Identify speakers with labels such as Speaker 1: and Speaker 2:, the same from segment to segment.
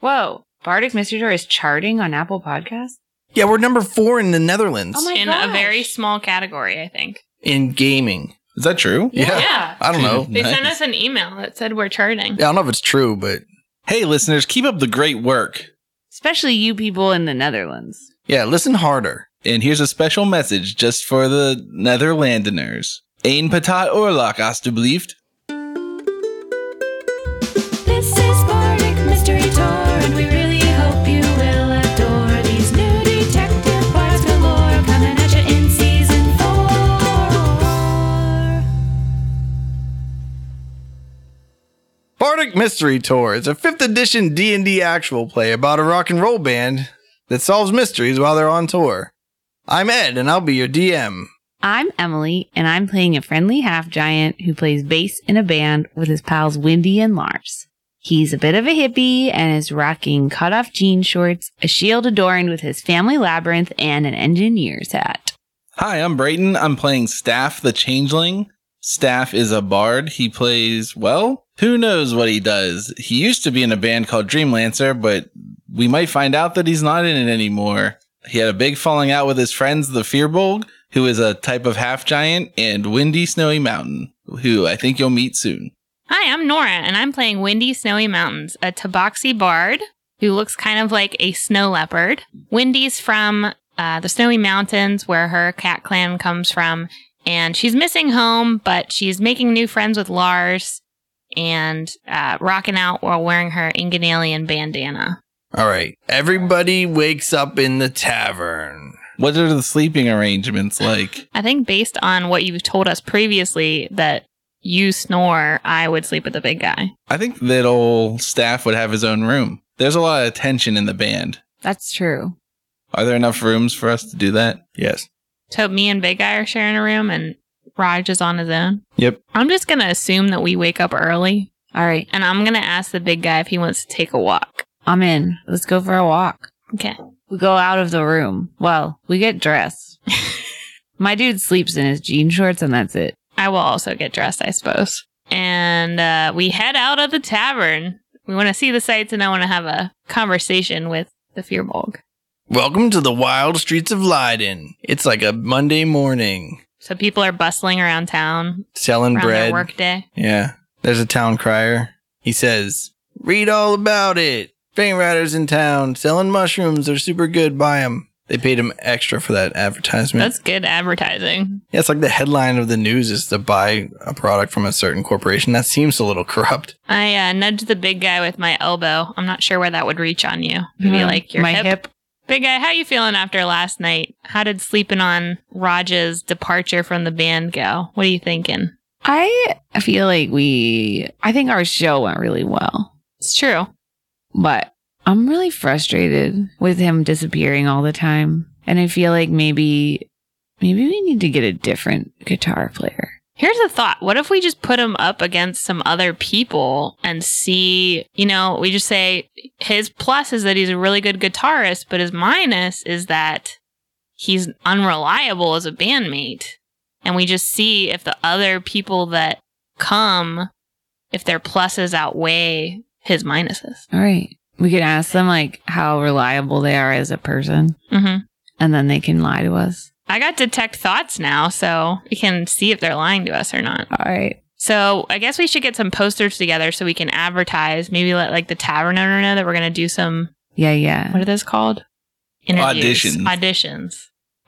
Speaker 1: Whoa. Bardic Mischievous is charting on Apple Podcasts?
Speaker 2: Yeah, we're number four in the Netherlands
Speaker 1: Oh my
Speaker 3: in
Speaker 1: gosh.
Speaker 3: a very small category, I think.
Speaker 2: in gaming.
Speaker 4: Is that true?
Speaker 2: Yeah.
Speaker 3: Yeah.
Speaker 2: I don't know.
Speaker 3: They sent
Speaker 4: Nice.
Speaker 3: us an email that said we're charting.
Speaker 2: Yeah, I don't know if it's true, but
Speaker 4: Hey, listeners, keep up the great work.
Speaker 1: Especially you people in the Netherlands.
Speaker 2: yeah, listen harder.
Speaker 4: And here's a special message just for the Netherlanders. Een patat oorlog, alstublieft.
Speaker 5: This is Bardic Mystery Tour, and we really hope you will adore these new detective bars galore coming at you in season four.
Speaker 2: Bardic Mystery Tour is a 5th edition D&D actual play about a rock and roll band that solves mysteries while they're on tour. I'm Ed and I'll be your DM.
Speaker 1: I'm Emily, and I'm playing a friendly half giant who plays bass in a band with his pals Wendy and Lars. He's a bit of a hippie and is rocking cut off jean shorts, a shield adorned with his family labyrinth, and an engineer's hat.
Speaker 4: Hi, I'm Brayton. I'm playing Staff the Changeling. Staff is a bard. He plays, well, who knows what he does. He used to be in a band called Dreamlancer, but we might find out that he's not in it anymore. He had a big falling out with his friends, the Fearbolg, who is a type of half giant, and Windy Snowy Mountain, who I think you'll meet soon.
Speaker 3: Hi, I'm Nora, and I'm playing Windy Snowy Mountains, a Tabaxi bard who looks kind of like a snow leopard. Windy's from uh, the Snowy Mountains, where her cat clan comes from, and she's missing home, but she's making new friends with Lars and uh, rocking out while wearing her Inganalian bandana.
Speaker 2: All right. Everybody wakes up in the tavern.
Speaker 4: What are the sleeping arrangements like?
Speaker 3: I think based on what you've told us previously that you snore, I would sleep with the big guy.
Speaker 4: I think that old staff would have his own room. There's a lot of tension in the band.
Speaker 1: That's true.
Speaker 4: Are there enough rooms for us to do that?
Speaker 2: Yes.
Speaker 3: So me and Big Guy are sharing a room and Raj is on his own.
Speaker 2: Yep.
Speaker 3: I'm just gonna assume that we wake up early
Speaker 1: All right,
Speaker 3: and I'm gonna ask the big guy if he wants to take a walk.
Speaker 1: I'm in. Let's go for a walk.
Speaker 3: Okay.
Speaker 1: We go out of the room. Well, we get dressed. My dude sleeps in his jean shorts, and that's it.
Speaker 3: I will also get dressed, I suppose. And uh, we head out of the tavern. We wanna see the sights and I wanna have a conversation with the Fearbolg.
Speaker 2: Welcome to the wild streets of Leiden. It's like a Monday morning.
Speaker 3: So people are bustling around town
Speaker 2: Selling
Speaker 3: around
Speaker 2: bread.
Speaker 3: their work day.
Speaker 2: Yeah. There's a town crier. He says, Read all about it. Faint Riders in town selling mushrooms. They're super good. Buy them. They paid him extra for that advertisement.
Speaker 3: That's good advertising.
Speaker 2: yeah, it's like the headline of the news is to buy a product from a certain corporation. That seems a little corrupt.
Speaker 3: I uh, nudged the big guy with my elbow. I'm not sure where that would reach on you. Maybe
Speaker 1: Hmm.
Speaker 3: like your
Speaker 1: My
Speaker 3: hip.
Speaker 1: hip.
Speaker 3: Big guy, how you feeling after last night? How did sleeping on Raj's departure from the band go? What are you thinking?
Speaker 1: I feel like we, I think our show went really well,
Speaker 3: It's true.
Speaker 1: but I'm really frustrated with him disappearing all the time. And I feel like maybe, maybe we need to get a different guitar player.
Speaker 3: Here's a thought. What if we just put him up against some other people and see, you know, we just say his plus is that he's a really good guitarist, but his minus is that he's unreliable as a bandmate. And we just see if the other people that come, if their pluses outweigh his minuses.
Speaker 1: All right. We can ask them like how reliable they are as a person
Speaker 3: hmm
Speaker 1: and then they can lie to us.
Speaker 3: I got detect thoughts now, so we can see if they're lying to us or not.
Speaker 1: All right.
Speaker 3: So I guess we should get some posters together so we can advertise. Maybe let like the tavern owner know that we're gonna do some
Speaker 1: Yeah. Yeah.
Speaker 3: what are those called? Interviews.
Speaker 4: Auditions.
Speaker 3: Auditions.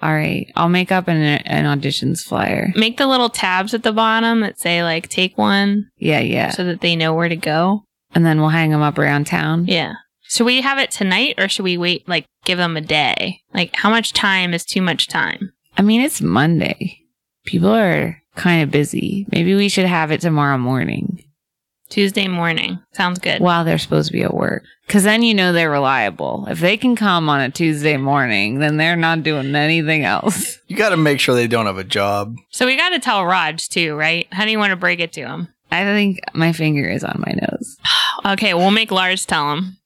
Speaker 1: All right. I'll make up an, an auditions flyer.
Speaker 3: Make the little tabs at the bottom that say like take one
Speaker 1: Yeah. Yeah.
Speaker 3: so that they know where to go.
Speaker 1: And then we'll hang them up around town.
Speaker 3: Yeah. Should we have it tonight or should we wait like give them a day? Like how much time is too much time?
Speaker 1: I mean, it's Monday. People are kind of busy. Maybe we should have it tomorrow morning
Speaker 3: Tuesday morning. Sounds good.
Speaker 1: while they're supposed to be at work. Cause then you know they're reliable. If they can come on a Tuesday morning, then they're not doing anything else.
Speaker 2: You got to make sure they don't have a job.
Speaker 3: So we gotta tell Raj too, right? How do you want to break it to him?
Speaker 1: I think my finger is on my nose.
Speaker 3: Okay, we'll make Lars tell him.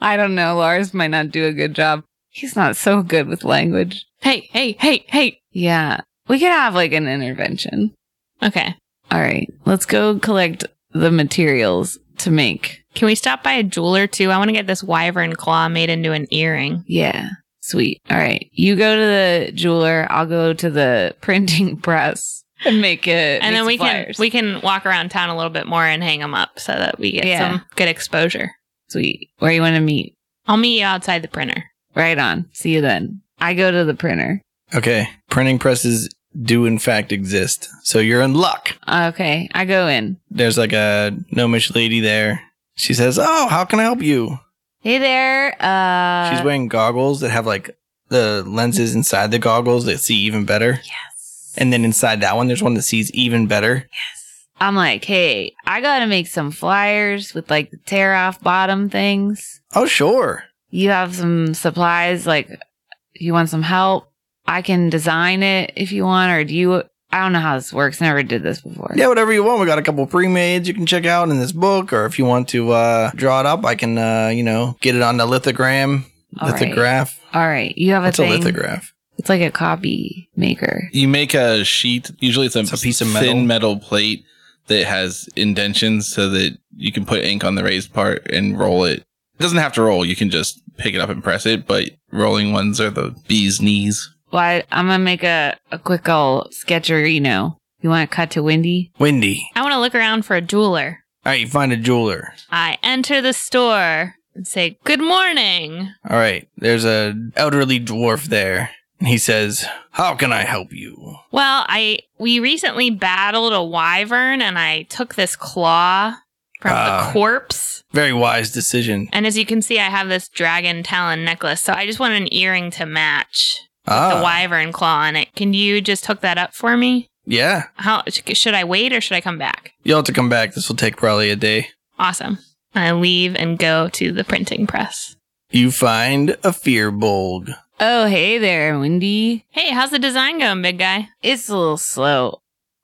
Speaker 1: I don't know. Lars might not do a good job. He's not so good with language.
Speaker 3: Hey, hey, hey, hey.
Speaker 1: Yeah. We could have like an intervention.
Speaker 3: Okay.
Speaker 1: All right. Let's go collect the materials to make
Speaker 3: Can we stop by a jeweler too? I want to get this wyvern claw made into an earring.
Speaker 1: Yeah. Sweet. All right. You go to the jeweler. I'll go to the printing press and make it.
Speaker 3: and then we can we can walk around town a little bit more and hang them up so that we get
Speaker 1: Yeah.
Speaker 3: some good exposure.
Speaker 1: sweet. Where you want to meet?
Speaker 3: I'll meet you outside the printer.
Speaker 1: Right on. See you then. I go to the printer.
Speaker 2: Okay. Printing presses do in fact exist. So you're in luck.
Speaker 1: Uh, Okay. I go in.
Speaker 2: There's like a gnomish lady there. She says, Oh, how can I help you?
Speaker 1: Hey there. Uh,
Speaker 2: She's wearing goggles that have like the lenses inside the goggles that see even better.
Speaker 1: Yes.
Speaker 2: And then inside that one, there's one that sees even better.
Speaker 1: I'm like, hey, I gotta make some flyers with like the tear off bottom things.
Speaker 2: Oh, sure.
Speaker 1: You have some supplies, like if you want some help, I can design it if you want, or do you I don't know how this works. Never did this before.
Speaker 2: Yeah, whatever you want. We got a couple pre-mades you can check out in this book, or if you want to uh, draw it up, I can, uh, you know, get it on the lithogram,
Speaker 1: All right.
Speaker 2: lithograph.
Speaker 1: All right. You have a
Speaker 2: What's
Speaker 1: thing.
Speaker 2: a lithograph?
Speaker 1: It's like a copy maker.
Speaker 4: You make a sheet. Usually, it's a,
Speaker 2: It's a piece of metal.
Speaker 4: thin metal plate that has indentions so that you can put ink on the raised part and roll it. It doesn't have to roll. You can just pick it up and press it. But rolling ones are the bee's knees.
Speaker 1: Well, I, I'm gonna make a, a quick old sketcher, you know. You want to cut to Wendy?
Speaker 2: Wendy.
Speaker 3: I want to look around for a jeweler.
Speaker 2: All right, you find a jeweler.
Speaker 3: I enter the store and say, Good morning.
Speaker 2: All right, there's a elderly dwarf there, and he says, "How can I help you?"
Speaker 3: Well, I we recently battled a wyvern and I took this claw from
Speaker 2: Ah.
Speaker 3: the corpse.
Speaker 2: Very wise decision.
Speaker 3: And as you can see, I have this dragon talon necklace. So I just want an earring to match the
Speaker 2: Ah,
Speaker 3: wyvern claw on it. Can you just hook that up for me?
Speaker 2: yeah.
Speaker 3: How sh- should I wait or should I come back?
Speaker 2: You'll have to come back. This will take probably a day.
Speaker 3: Awesome. I leave and go to the printing press.
Speaker 2: You find a fear bulg.
Speaker 1: Oh, hey there, Wendy.
Speaker 3: Hey, how's the design going, big guy?
Speaker 1: It's a little slow.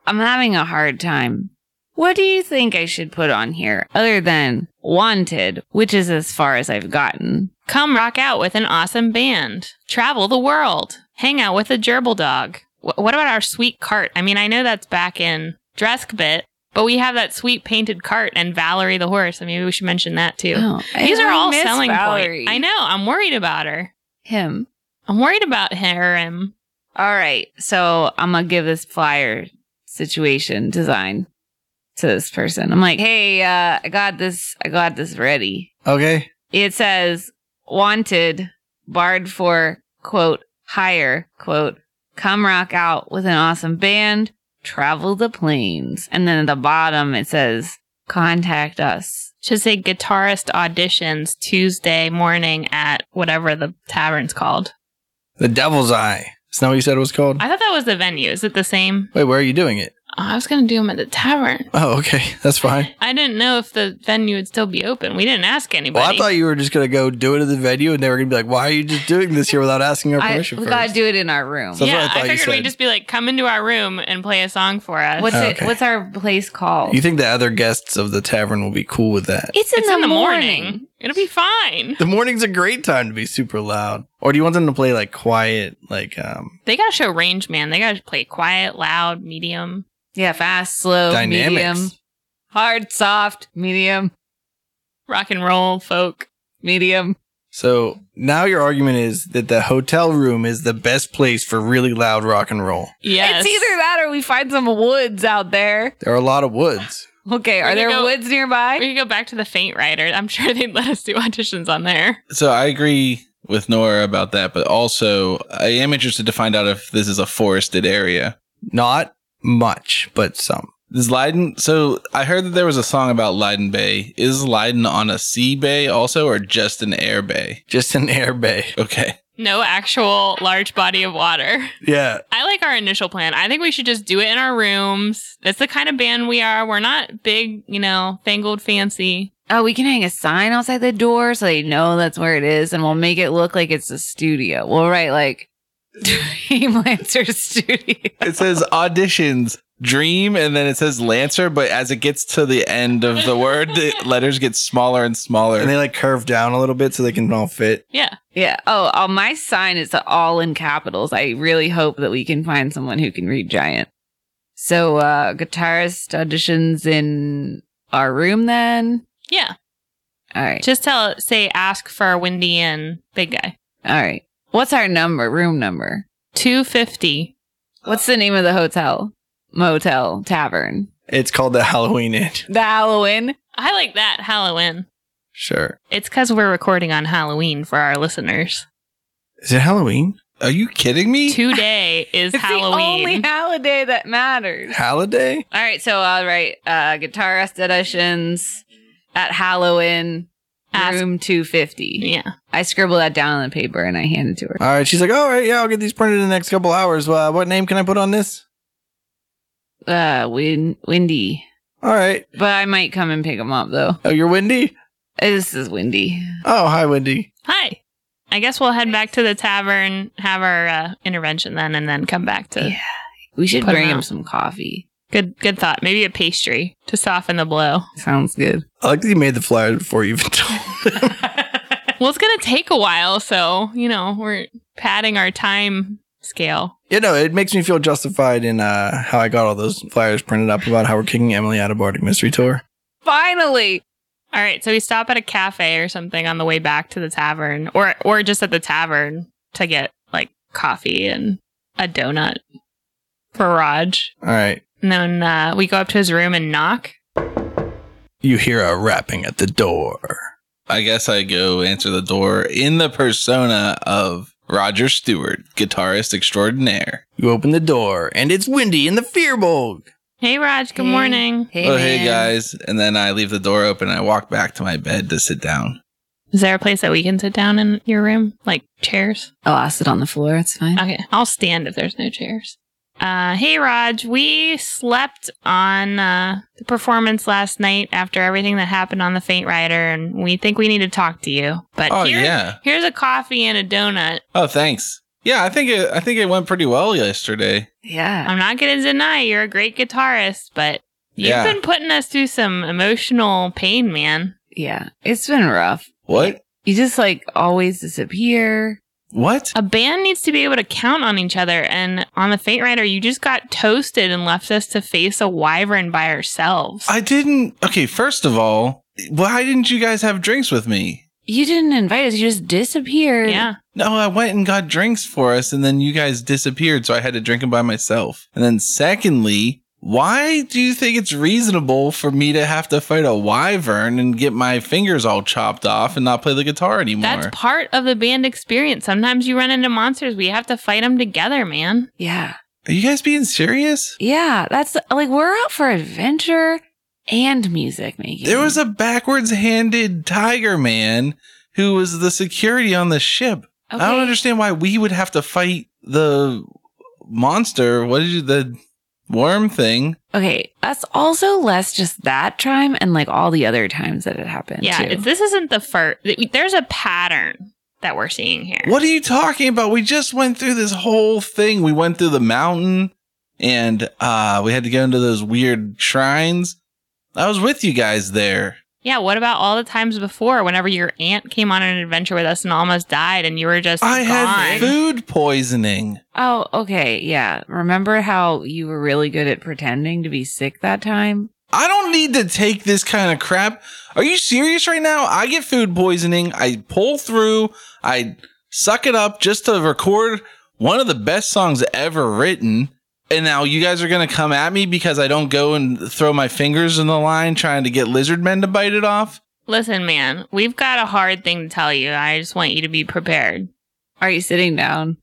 Speaker 1: I'm having a hard time. What do you think I should put on here other than wanted, which is as far as I've gotten?
Speaker 3: Come rock out with an awesome band. Travel the world. Hang out with a gerbil dog. Wh- what about our sweet cart? I mean, I know that's back in Dreskbit, but we have that sweet painted cart and Valerie the horse. I mean, maybe we should mention that too.
Speaker 1: Oh,
Speaker 3: These
Speaker 1: I
Speaker 3: are all
Speaker 1: miss
Speaker 3: selling
Speaker 1: Valerie.
Speaker 3: points. I know. I'm worried about her.
Speaker 1: him.
Speaker 3: I'm worried about her. And
Speaker 1: All right, so I'm gonna give this flyer situation design to this person. I'm like, hey, uh, I got this. I got this ready.
Speaker 2: Okay.
Speaker 1: it says wanted barred for quote hire quote come rock out with an awesome band travel the plains and then at the bottom it says contact us
Speaker 3: should say guitarist auditions Tuesday morning at whatever the tavern's called.
Speaker 2: The Devil's Eye. Is that what you said it was called?
Speaker 3: I thought that was the venue. Is it the same?
Speaker 2: Wait, where are you doing it?
Speaker 3: Oh, I was going to do them at the tavern.
Speaker 2: Oh, okay. That's fine.
Speaker 3: I didn't know if the venue would still be open. We didn't ask anybody.
Speaker 2: Well, I thought you were just gonna go do it at the venue, and they were gonna be like, "Why are you just doing this here without asking our
Speaker 1: I,
Speaker 2: permission?"
Speaker 1: we
Speaker 2: first?
Speaker 1: gotta do it in our room
Speaker 2: So- that's what I
Speaker 3: yeah,
Speaker 2: thought
Speaker 3: I,
Speaker 2: you
Speaker 3: figured
Speaker 2: said.
Speaker 3: we'd just be like, come into our room and play a song for us.
Speaker 1: what's
Speaker 2: Okay.
Speaker 1: it what's our place called
Speaker 2: You think the other guests of the tavern will be cool with that?
Speaker 1: it's in,
Speaker 3: it's
Speaker 1: the,
Speaker 3: in the
Speaker 1: morning,
Speaker 3: morning. It'll be fine.
Speaker 2: The morning's a great time to be super loud. Or do you want them to play like quiet, like um
Speaker 3: They got to show range, man. They got to play quiet, loud, medium.
Speaker 1: yeah fast slow
Speaker 2: dynamics?
Speaker 1: medium hard soft medium
Speaker 3: rock and roll folk.
Speaker 1: medium
Speaker 2: So now your argument is that the hotel room is the best place for really loud rock and roll.
Speaker 3: Yes.
Speaker 1: it's either that or we find some woods out there
Speaker 2: There are a lot of woods.
Speaker 1: okay
Speaker 3: We
Speaker 1: are
Speaker 3: could
Speaker 1: there
Speaker 3: go-
Speaker 1: woods nearby
Speaker 3: we could go back to the faint rider. I'm sure they'd let us do auditions on there.
Speaker 4: So I agree with Nora about that, but also I am interested to find out if this is a forested area.
Speaker 2: Not much, but some.
Speaker 4: Is Leiden? So I heard that there was a song about Leiden Bay. Is Leiden on a sea bay also, or just an air bay?
Speaker 2: Just an air bay.
Speaker 4: Okay.
Speaker 3: No actual large body of water.
Speaker 2: Yeah.
Speaker 3: I like our initial plan. I think we should just do it in our rooms. That's the kind of band we are. We're not big, you know, fangled fancy.
Speaker 1: Oh, we can hang a sign outside the door so they know that's where it is, and we'll make it look like it's a studio. We'll write like Dream Lancer Studio.
Speaker 4: It says auditions, dream, and then it says Lancer, but as it gets to the end of the word, the letters get smaller and smaller.
Speaker 2: And they like curve down a little bit so they can all fit.
Speaker 3: Yeah.
Speaker 1: Yeah. Oh, oh, my sign is all in capitals. I really hope that we can find someone who can read giant. So, uh, guitarist auditions in our room then.
Speaker 3: Yeah.
Speaker 1: All right.
Speaker 3: Just tell, say, ask for Wendy and big guy.
Speaker 1: All right. What's our number? Room number.
Speaker 3: 250.
Speaker 1: What's the name of the hotel? Motel, tavern.
Speaker 2: It's called the Halloween Inn.
Speaker 1: The Halloween.
Speaker 3: I like that Halloween.
Speaker 2: Sure.
Speaker 3: It's because we're recording on Halloween for our listeners.
Speaker 2: Is it Halloween?
Speaker 4: Are you kidding me?
Speaker 3: Today is
Speaker 1: It's the only
Speaker 3: Halloween.
Speaker 1: holiday that matters.
Speaker 2: Halliday?
Speaker 1: All right, so all right, uh, guitarist editions at Halloween,
Speaker 3: Ask-
Speaker 1: room two fifty.
Speaker 3: yeah.
Speaker 1: I scribbled that down on the paper and I handed to her.
Speaker 2: All right. She's like, all right, yeah, I'll get these printed in the next couple hours. Uh, what name can I put on this?
Speaker 1: Uh, win- windy,
Speaker 2: All right.
Speaker 1: but I might come and pick them up though.
Speaker 2: Oh, you're Wendy?
Speaker 1: This is windy.
Speaker 2: Oh, hi, Wendy.
Speaker 3: Hi. I guess we'll head back to the tavern, have our uh, intervention then, and then come back to.
Speaker 1: Yeah. We should
Speaker 3: Put 'em
Speaker 1: bring him
Speaker 3: out.
Speaker 1: some coffee.
Speaker 3: Good, good thought. Maybe a pastry to soften the blow.
Speaker 1: Sounds good.
Speaker 2: I like that you made the flyer before you even told them.
Speaker 3: Well, it's gonna take a while, so you know we're padding our time scale.
Speaker 2: you know, it makes me feel justified in uh, how I got all those flyers printed up about how we're kicking Emily out of Bardic Mystery Tour.
Speaker 1: Finally,
Speaker 3: All right, so we stop at a cafe or something on the way back to the tavern, or or just at the tavern to get like coffee and a donut for Raj.
Speaker 2: All right.
Speaker 3: And then uh, we go up to his room and knock.
Speaker 2: You hear a rapping at the door.
Speaker 4: I guess I go answer the door in the persona of Roger Stewart, guitarist extraordinaire.
Speaker 2: You open the door, and it's Wendy in the Fearbog.
Speaker 3: Hey, Raj. Good
Speaker 1: Hey.
Speaker 3: morning.
Speaker 1: Hey,
Speaker 4: oh, hey
Speaker 1: man.
Speaker 4: guys. And then I leave the door open and I walk back to my bed to sit down.
Speaker 3: Is there a place that we can sit down in your room, like chairs?
Speaker 1: Oh, I'll sit on the floor. It's fine.
Speaker 3: Okay, I'll stand if there's no chairs. Uh, hey, Raj. We slept on uh, the performance last night after everything that happened on the Faint Rider, and we think we need to talk to you. But
Speaker 4: Oh,
Speaker 3: here-
Speaker 4: yeah.
Speaker 3: here's a coffee and a donut.
Speaker 4: Oh, thanks. Yeah, I think it, I think it went pretty well yesterday.
Speaker 1: Yeah.
Speaker 3: I'm not going to deny you're a great guitarist, but you've
Speaker 4: Yeah.
Speaker 3: been putting us through some emotional pain, man.
Speaker 1: Yeah. It's been rough.
Speaker 4: What?
Speaker 1: You just like always disappear.
Speaker 4: What?
Speaker 3: A band needs to be able to count on each other. And on the Faint Rider, you just got toasted and left us to face a wyvern by ourselves.
Speaker 4: I didn't. Okay, first of all, why didn't you guys have drinks with me?
Speaker 1: You didn't invite us. You just disappeared.
Speaker 3: yeah.
Speaker 4: No, I went and got drinks for us, and then you guys disappeared, so I had to drink them by myself. And then, secondly, why do you think it's reasonable for me to have to fight a wyvern and get my fingers all chopped off and not play the guitar anymore?
Speaker 3: That's part of the band experience. Sometimes you run into monsters. We have to fight them together, man.
Speaker 1: Yeah.
Speaker 4: Are you guys being serious?
Speaker 1: Yeah. That's like we're out for adventure and music making.
Speaker 4: There was a backwards handed tiger man who was the security on the ship. I don't
Speaker 1: Okay.
Speaker 4: understand why we would have to fight the monster. What is it, the worm thing?
Speaker 1: Okay. That's also less just that time and like all the other times that it happened.
Speaker 3: yeah.
Speaker 1: Too.
Speaker 3: it's- This isn't the first. There's a pattern that we're seeing here.
Speaker 4: What are you talking about? We just went through this whole thing. We went through the mountain and uh we had to go into those weird shrines. I was with you guys there.
Speaker 3: Yeah. What about all the times before whenever your aunt came on an adventure with us and almost died and you were just.
Speaker 4: I had
Speaker 3: gone?
Speaker 4: food poisoning.
Speaker 1: oh, okay. Yeah. Remember how you were really good at pretending to be sick that time?
Speaker 4: I don't need to take this kind of crap. Are you serious right now? I get food poisoning. I pull through. I suck it up just to record one of the best songs ever written. And now you guys are going to come at me because I don't go and throw my fingers in the line trying to get lizard men to bite it off.
Speaker 3: Listen, man, we've got a hard thing to tell you. I just want you to be prepared.
Speaker 1: Are you sitting down?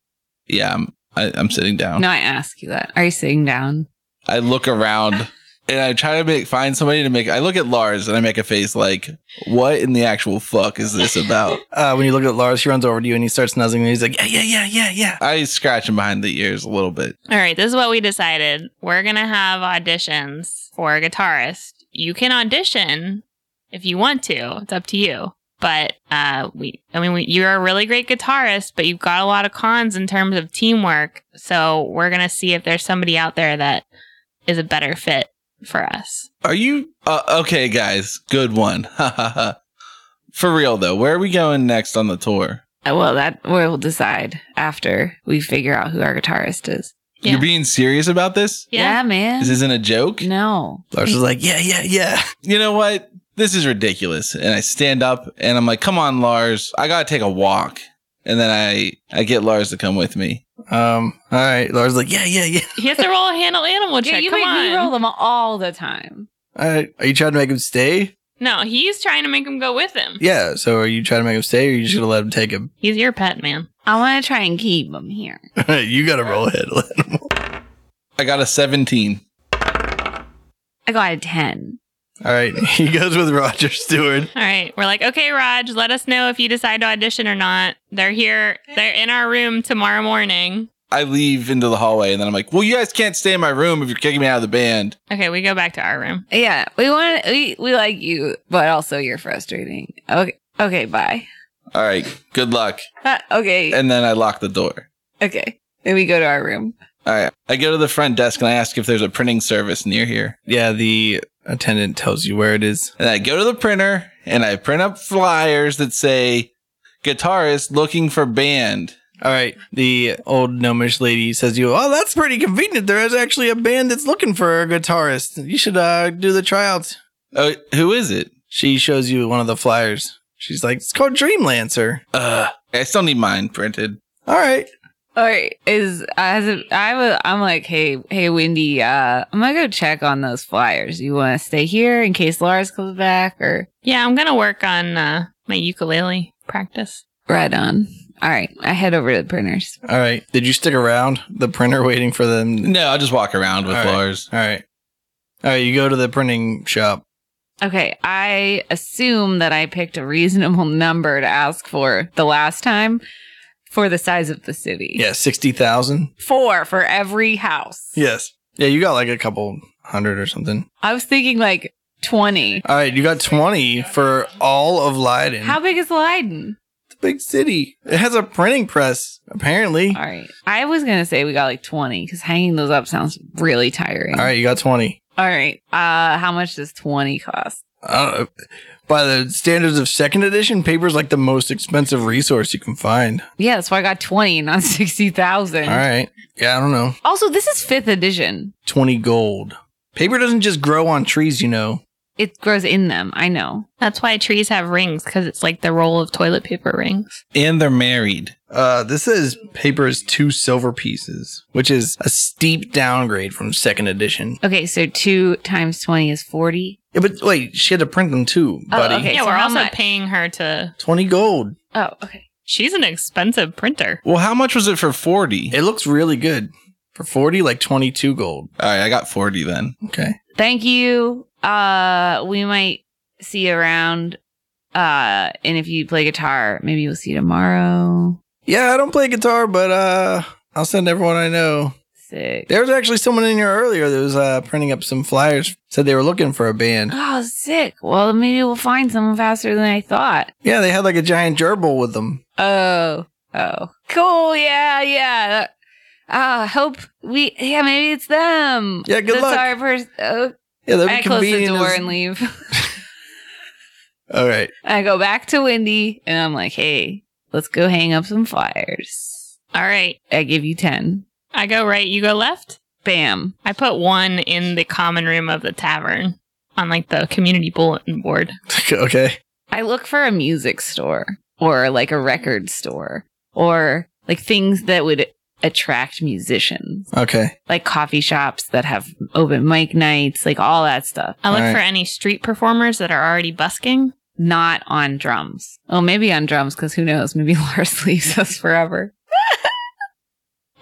Speaker 4: Yeah, I'm, I, I'm sitting down.
Speaker 1: No, I ask you that. Are you sitting down?
Speaker 4: I look around and I try to make find somebody to make. I look at Lars and I make a face like, "What in the actual fuck is this about?"
Speaker 2: Uh, when you look at Lars, he runs over to you and he starts nuzzling and he's like, yeah, yeah, yeah, yeah, yeah.
Speaker 4: I scratch him behind the ears a little bit.
Speaker 3: All right, this is what we decided. We're going to have auditions for a guitarist. You can audition if you want to. It's up to you. But uh we I mean we, you're a really great guitarist, but you've got a lot of cons in terms of teamwork. So we're going to see if there's somebody out there that is a better fit for us.
Speaker 4: Are you uh, okay, guys? Good one. Ha, ha, ha. For real though, where are we going next on the tour?
Speaker 1: Uh, Well, that we'll decide after we figure out who our guitarist is.
Speaker 3: Yeah.
Speaker 4: You're being serious about this?
Speaker 3: Yeah.
Speaker 1: man.
Speaker 4: This isn't a joke.
Speaker 1: no.
Speaker 2: Lars is like, yeah, yeah, yeah.
Speaker 4: You know what? this is ridiculous. And I stand up and I'm like, come on, Lars, I gotta take a walk. And then I, I get Lars to come with me.
Speaker 2: Um, all right. Laura's like, yeah, yeah, yeah.
Speaker 3: He has to roll a handle animal check.
Speaker 1: yeah, you
Speaker 3: Come
Speaker 1: make me
Speaker 3: on.
Speaker 1: roll them all the time.
Speaker 2: All right. Are you trying to make him stay?
Speaker 3: No, he's trying to make him go with him.
Speaker 2: Yeah. So are you trying to make him stay or are you just going to let him take him?
Speaker 3: He's your pet, man.
Speaker 1: I want to try and keep them here.
Speaker 2: you got to roll ahead.
Speaker 4: I got a 17.
Speaker 1: I got a 10.
Speaker 2: all right. He goes with Roger Stewart.
Speaker 3: All right. We're like, okay, Raj, let us know if you decide to audition or not. They're here. They're in our room tomorrow morning.
Speaker 4: I leave into the hallway and then I'm like, well, you guys can't stay in my room if you're kicking me out of the band.
Speaker 3: Okay, we go back to our room.
Speaker 1: Yeah, we want we, we like you, but also you're frustrating. Okay, okay, bye.
Speaker 4: All right, good luck.
Speaker 1: Ah, okay,
Speaker 4: And then I lock the door.
Speaker 1: okay. Then we go to our room.
Speaker 4: All right, I go to the front desk and I ask if there's a printing service near here.
Speaker 2: Yeah. The attendant tells you where it is.
Speaker 4: And I go to the printer and I print up flyers that say, guitarist looking for band.
Speaker 2: All right. The old gnomish lady says to you, Oh, that's pretty convenient. There is actually a band that's looking for a guitarist. You should uh, do the tryouts.
Speaker 4: Oh, who is it?
Speaker 2: She shows you one of the flyers. She's like, It's called Dreamlancer.
Speaker 4: Uh, I still need mine printed.
Speaker 2: All right.
Speaker 1: All right, is as a, I was, I'm like, hey, hey, Wendy, uh, I'm gonna go check on those flyers. You want to stay here in case Lars comes back, or
Speaker 3: Yeah, I'm going to work on uh, my ukulele practice.
Speaker 1: right on. All right, I head over to the printers.
Speaker 2: All right. Did you stick around the printer waiting for them?
Speaker 4: No, I'll just walk around with
Speaker 2: All right.
Speaker 4: Lars.
Speaker 2: All right. All right. You go to the printing shop.
Speaker 1: Okay, I assume that I picked a reasonable number to ask for the last time for the size of the city.
Speaker 2: Yeah. 60,000.
Speaker 1: Four for every house.
Speaker 2: Yes. Yeah. You got like a couple hundred or something.
Speaker 1: I was thinking like 20.
Speaker 2: All right. You got 20 for all of Leiden.
Speaker 1: How big is Leiden?
Speaker 2: It's a big city. It has a printing press, apparently.
Speaker 1: All right. I was going to say we got like 20 because hanging those up sounds really tiring.
Speaker 2: All right. You got 20.
Speaker 1: All right. Uh, how much does 20 cost?
Speaker 2: I don't know. Uh, By the standards of second edition, paper's like the most expensive resource you can find.
Speaker 1: Yeah, that's why I got 20, not 60,000.
Speaker 2: All right. Yeah, I don't know.
Speaker 1: Also, this is fifth edition.
Speaker 2: 20 gold. Paper doesn't just grow on trees, you know.
Speaker 1: It grows in them. I know.
Speaker 3: That's why trees have rings because it's like the roll of toilet paper rings.
Speaker 4: And they're married.
Speaker 2: Uh, this says paper is two silver pieces, which is a steep downgrade from second edition.
Speaker 1: Okay, so 2 times 20 is 40.
Speaker 2: Yeah, but wait, she had to print them too,
Speaker 1: Oh,
Speaker 2: buddy.
Speaker 1: okay.
Speaker 3: yeah,
Speaker 1: so
Speaker 3: we're
Speaker 1: how
Speaker 3: also
Speaker 1: much?
Speaker 3: paying her to.
Speaker 2: 20 gold.
Speaker 1: Oh, okay.
Speaker 3: She's an expensive printer.
Speaker 4: Well, how much was it for 40?
Speaker 2: It looks really good. For 40, like 22 gold.
Speaker 4: All right, I got 40 then.
Speaker 2: Okay.
Speaker 1: Thank you. Uh, we might see you around. Uh, and if you play guitar, maybe we'll see you tomorrow.
Speaker 2: Yeah, I don't play guitar, but uh, I'll send everyone I know.
Speaker 1: Sick.
Speaker 2: There was actually someone in here earlier that was uh, printing up some flyers, said they were looking for a band.
Speaker 1: Oh, sick. Well, maybe we'll find someone faster than I thought.
Speaker 2: Yeah, they had like a giant gerbil with them.
Speaker 1: Oh, oh, cool. Yeah, yeah. Uh, hope we, yeah, maybe it's them.
Speaker 2: Yeah, good
Speaker 1: That's
Speaker 2: luck.
Speaker 1: Our pers- oh,
Speaker 2: Yeah, that'd be
Speaker 1: I close the
Speaker 2: convenient.
Speaker 1: door
Speaker 2: as-
Speaker 1: and leave.
Speaker 2: All right.
Speaker 1: I go back to Wendy and I'm like, hey, let's go hang up some flyers.
Speaker 3: All right.
Speaker 1: I give you 10.
Speaker 3: I go right, you go left.
Speaker 1: Bam.
Speaker 3: I put one in the common room of the tavern on like the community bulletin board.
Speaker 2: okay.
Speaker 1: I look for a music store or like a record store or like things that would attract musicians,
Speaker 2: Okay.
Speaker 1: like coffee shops that have open mic nights, like all that stuff,
Speaker 3: I look
Speaker 2: All right.
Speaker 3: for any street performers that are already busking.
Speaker 1: not on drums. Oh, maybe on drums because who knows? Maybe Lars leaves us forever.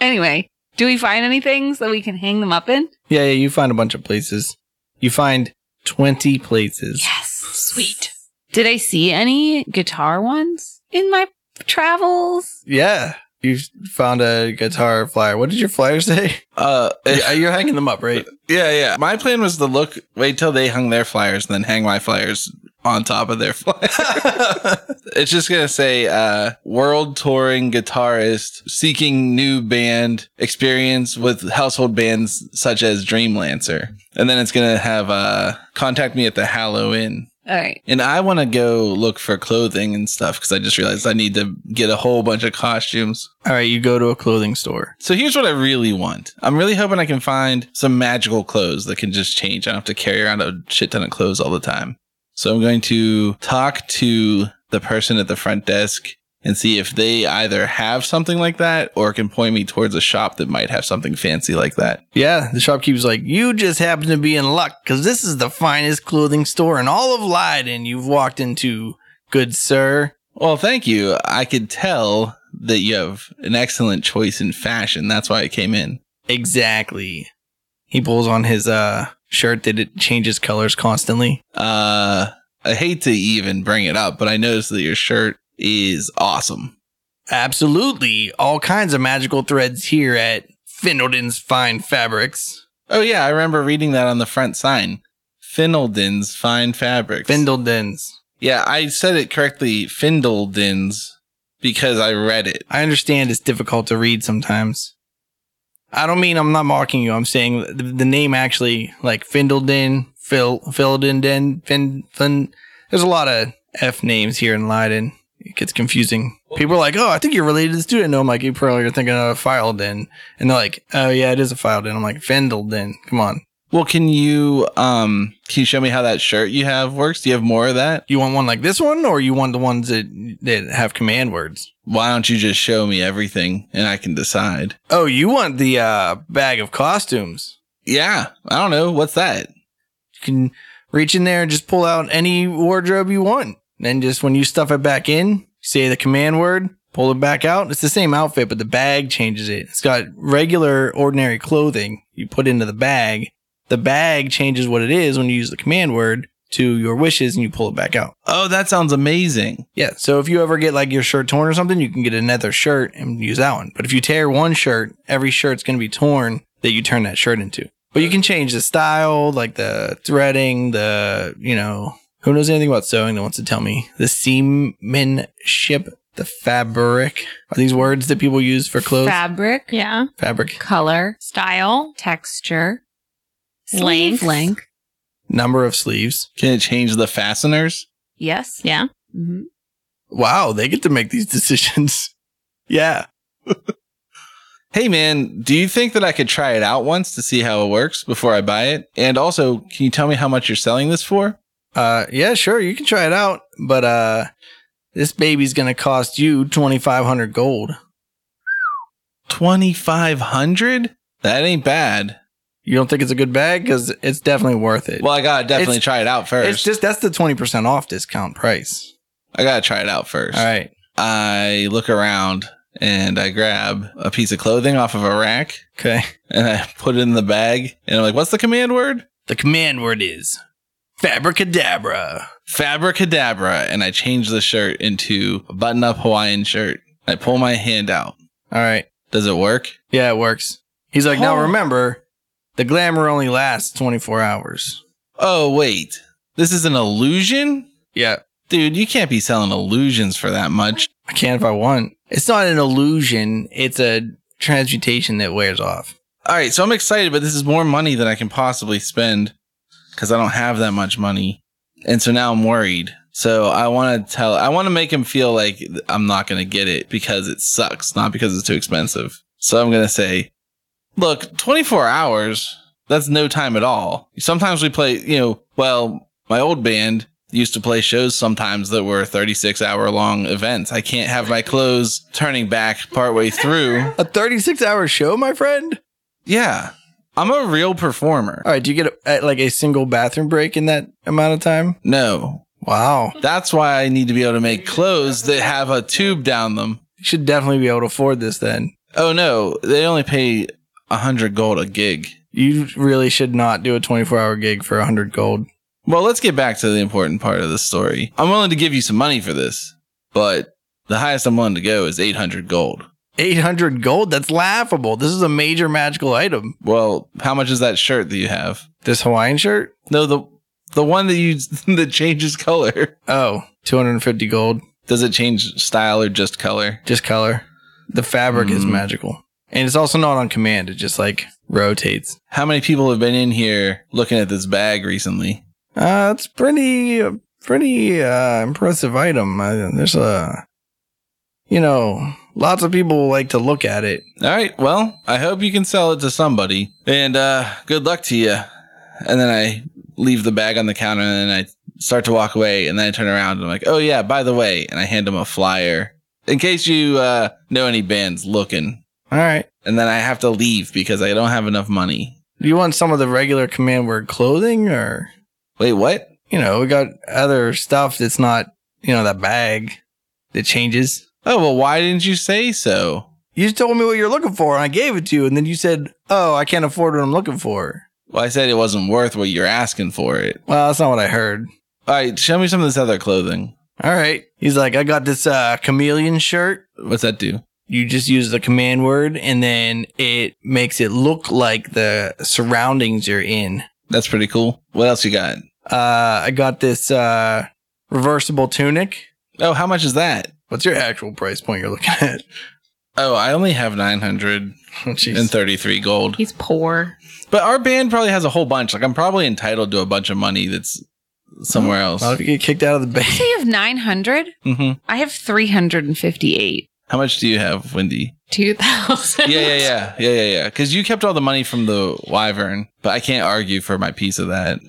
Speaker 1: anyway, do we find anything so we can hang them up in?
Speaker 2: Yeah, yeah, you find a bunch of places. You find 20 places.
Speaker 1: Yes.
Speaker 3: Sweet.
Speaker 1: Did I see any guitar ones in my travels?
Speaker 2: Yeah. You found a guitar flyer. What did your flyer say?
Speaker 4: Uh,
Speaker 2: Yeah, You're hanging them up, right?
Speaker 4: yeah, yeah. My plan was to look, wait till they hung their flyers, and then hang my flyers on top of their flyer. it's just gonna say, uh, world touring guitarist seeking new band experience with household bands such as Dreamlancer, and then it's gonna have uh, contact me at the Halloween.
Speaker 1: All right.
Speaker 4: And I want to go look for clothing and stuff because I just realized I need to get a whole bunch of costumes.
Speaker 2: All right, you go to a clothing store.
Speaker 4: So here's what I really want. I'm really hoping I can find some magical clothes that can just change. I don't have to carry around a shit ton of clothes all the time. So I'm going to talk to the person at the front desk and see if they either have something like that or can point me towards a shop that might have something fancy like that.
Speaker 2: Yeah, the shopkeeper's like, You just happen to be in luck because this is the finest clothing store in all of Leiden you've walked into, good sir.
Speaker 4: Well, thank you. I could tell that you have an excellent choice in fashion. That's why I came in.
Speaker 2: Exactly. He pulls on his uh shirt that it changes colors constantly.
Speaker 4: Uh, I hate to even bring it up, but I noticed that your shirt is awesome.
Speaker 2: Absolutely. All kinds of magical threads here at Findleton's Fine Fabrics.
Speaker 4: Oh yeah, I remember reading that on the front sign. Findleden's fine fabrics.
Speaker 2: Findleden's.
Speaker 4: Yeah, I said it correctly. Findleden's because I read it.
Speaker 2: I understand it's difficult to read sometimes. I don't mean I'm not mocking you. I'm saying the, the name actually, like Findledin, Phil, Philidenden, Fin, Fin. There's a lot of F names here in Leiden. It gets confusing. People are like, oh, I think you're related to the student. No, I'm like, you probably are thinking of Fileden. And they're like, oh, yeah, it is a Fileden. I'm like, Findledin. Come on.
Speaker 4: Well, can you um can you show me how that shirt you have works? Do you have more of that?
Speaker 2: You want one like this one or you want the ones that, that have command words?
Speaker 4: Why don't you just show me everything and I can decide?
Speaker 2: Oh, you want the uh, bag of costumes.
Speaker 4: Yeah, I don't know. What's that?
Speaker 2: You can reach in there and just pull out any wardrobe you want. Then just when you stuff it back in, say the command word, pull it back out. It's the same outfit, but the bag changes it. It's got regular, ordinary clothing you put into the bag. The bag changes what it is when you use the command word to your wishes and you pull it back out.
Speaker 4: Oh, that sounds amazing.
Speaker 2: Yeah. So if you ever get like your shirt torn or something, you can get another shirt and use that one. But if you tear one shirt, every shirt's going to be torn that you turn that shirt into. But you can change the style, like the threading, the, you know, who knows anything about sewing that wants to tell me? The seamanship, the fabric. Are these words that people use for clothes?
Speaker 1: Fabric,
Speaker 3: Yeah.
Speaker 2: fabric.
Speaker 1: color,
Speaker 3: Style.
Speaker 1: texture,
Speaker 3: Length.
Speaker 1: sleeve length.
Speaker 2: Number of sleeves.
Speaker 4: Can it change the fasteners?
Speaker 1: Yes.
Speaker 3: Yeah.
Speaker 1: hmm
Speaker 2: Wow. They get to make these decisions. yeah.
Speaker 4: Hey man, do you think that I could try it out once to see how it works before I buy it? And also, can you tell me how much you're selling this for?
Speaker 2: Uh, yeah, sure, you can try it out, but uh, this baby's gonna cost you twenty five hundred gold.
Speaker 4: 2500? That ain't bad.
Speaker 2: You don't think it's a good bag because it's definitely worth it.
Speaker 4: Well, I got to definitely
Speaker 2: It's-
Speaker 4: try it out
Speaker 2: it's
Speaker 4: first.
Speaker 2: just that's the twenty percent off discount price.
Speaker 4: I got to try it out first.
Speaker 2: All right,
Speaker 4: I look around and I grab a piece of clothing off of a rack
Speaker 2: okay.
Speaker 4: and I put it in the bag. And I'm like, what's the command word?
Speaker 2: The command word is fabricadabra.
Speaker 4: Fabricadabra. And I change the shirt into a button up Hawaiian shirt. I pull my hand out.
Speaker 2: All right,
Speaker 4: Does it work?
Speaker 2: yeah, it works. He's like, now
Speaker 3: Oh.
Speaker 2: remember, the glamour only lasts twenty four hours.
Speaker 4: Oh, wait. This is an illusion?
Speaker 2: Yeah,
Speaker 4: Dude, you can't be selling illusions for that much.
Speaker 2: I can if I want. It's not an illusion. It's a transmutation that wears off.
Speaker 4: All right, so I'm excited, but this is more money than I can possibly spend because I don't have that much money. And so now I'm worried. So I want to tell, I want to make him feel like I'm not going to get it because it sucks, not because it's too expensive. So I'm going to say, look, 24 hours, that's no time at all. Sometimes we play, you know, well, my old band used to play shows sometimes that were 36 hour long events. I can't have my clothes turning back partway through.
Speaker 2: A thirty six hour show, my friend.
Speaker 4: Yeah. I'm a real performer.
Speaker 2: All right, do you get a, uh, like a single bathroom break in that amount of time?
Speaker 4: No.
Speaker 2: Wow.
Speaker 4: That's why I need to be able to make clothes that have a tube down them.
Speaker 2: You should definitely be able to afford this then.
Speaker 4: Oh no, they only pay a hundred gold a gig.
Speaker 2: You really should not do a 24 hour gig for 100 gold.
Speaker 4: Well, let's get back to the important part of the story. I'm willing to give you some money for this, but the highest I'm willing to go is 800 gold.
Speaker 2: 800 gold? That's laughable. This is a major magical item.
Speaker 4: Well, how much is that shirt that you have?
Speaker 2: This Hawaiian shirt?
Speaker 4: No, the the one that you that changes color.
Speaker 2: Oh, 250 gold.
Speaker 4: Does it change style or just color?
Speaker 2: Just color. The fabric is
Speaker 4: Hmm.
Speaker 2: magical. And it's also not on command. It just like rotates.
Speaker 4: How many people have been in here looking at this bag recently?
Speaker 2: Uh, it's pretty, pretty uh, impressive item. Uh, there's a, you know, lots of people like to look at it.
Speaker 4: All right. Well, I hope you can sell it to somebody. And uh, good luck to you. And then I leave the bag on the counter and I start to walk away, and then I turn around and I'm like, "Oh yeah, by the way," and I hand him a flyer in case you uh, know any bands looking.
Speaker 2: All right.
Speaker 4: And then I have to leave because I don't have enough money.
Speaker 2: Do you want some of the regular command word clothing or,
Speaker 4: Wait, what?
Speaker 2: you know, we got other stuff that's not, you know, that bag that changes?
Speaker 4: Oh well, why didn't you say so?
Speaker 2: You just told me what you're looking for and I gave it to you. And then you said, oh, I can't afford what I'm looking for.
Speaker 4: Well, I said it wasn't worth what you're asking for it.
Speaker 2: Well, that's not what I heard.
Speaker 4: All right, show me some of this other clothing.
Speaker 2: All right. He's like, I got this uh, chameleon shirt.
Speaker 4: What's that do?
Speaker 2: You just use the command word and then it makes it look like the surroundings you're in.
Speaker 4: That's pretty cool. What else you got?
Speaker 2: Uh, I got this uh, reversible tunic.
Speaker 4: Oh, how much is that?
Speaker 2: What's your actual price point you're looking at?
Speaker 4: Oh, I only have nine hundred
Speaker 2: Oh, jeez.
Speaker 4: and thirty-three gold.
Speaker 3: He's poor.
Speaker 4: But our band probably has a whole bunch. Like I'm probably entitled to a bunch of money that's somewhere else.
Speaker 2: Not if you get kicked out of
Speaker 1: So
Speaker 2: the bank.
Speaker 1: you have 900?
Speaker 4: hmm
Speaker 1: I have 358.
Speaker 4: How much do you have, Wendy?
Speaker 3: 2000.
Speaker 4: Yeah, yeah, yeah, yeah, yeah, yeah. Because you kept all the money from the wyvern, but I can't argue for my piece of that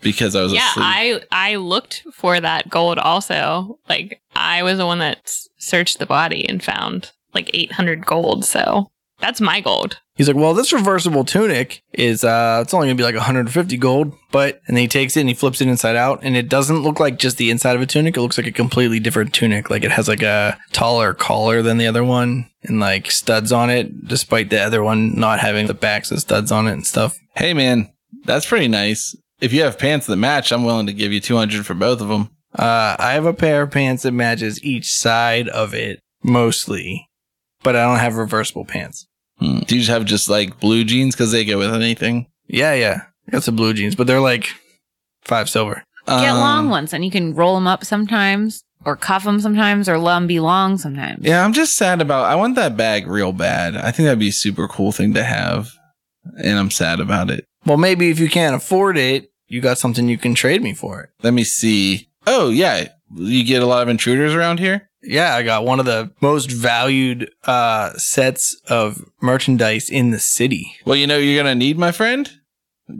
Speaker 4: because I was
Speaker 3: Yeah,
Speaker 4: asleep.
Speaker 3: I I looked for that gold also. Like I was the one that s- searched the body and found like 800 gold. So that's my gold.
Speaker 2: He's like, well, this reversible tunic is, uh, it's only gonna be like 150 gold, but, and then he takes it and he flips it inside out and it doesn't look like just the inside of a tunic. It looks like a completely different tunic. Like it has like a taller collar than the other one and like studs on it, despite the other one not having the backs of studs on it and stuff.
Speaker 4: hey, man, that's pretty nice. If you have pants that match, I'm willing to give you two hundred for both of them.
Speaker 2: Uh, I have a pair of pants that matches each side of it mostly, but I don't have reversible pants.
Speaker 4: Hmm. Do you just have just like blue jeans because they go with anything?
Speaker 2: Yeah, yeah. I got some blue jeans, but they're like five silver.
Speaker 1: Get long
Speaker 4: Um,
Speaker 1: ones, and you can roll them up sometimes, or cuff them sometimes, or let them be long sometimes.
Speaker 4: Yeah, I'm just sad about. I want that bag real bad. I think that'd be a super cool thing to have, and I'm sad about it.
Speaker 2: Well, maybe if you can't afford it, you got something you can trade me for it.
Speaker 4: Let me see. Oh yeah, you get a lot of intruders around here.
Speaker 2: Yeah, I got one of the most valued uh, sets of merchandise in the city.
Speaker 4: Well, you know you're gonna need my friend,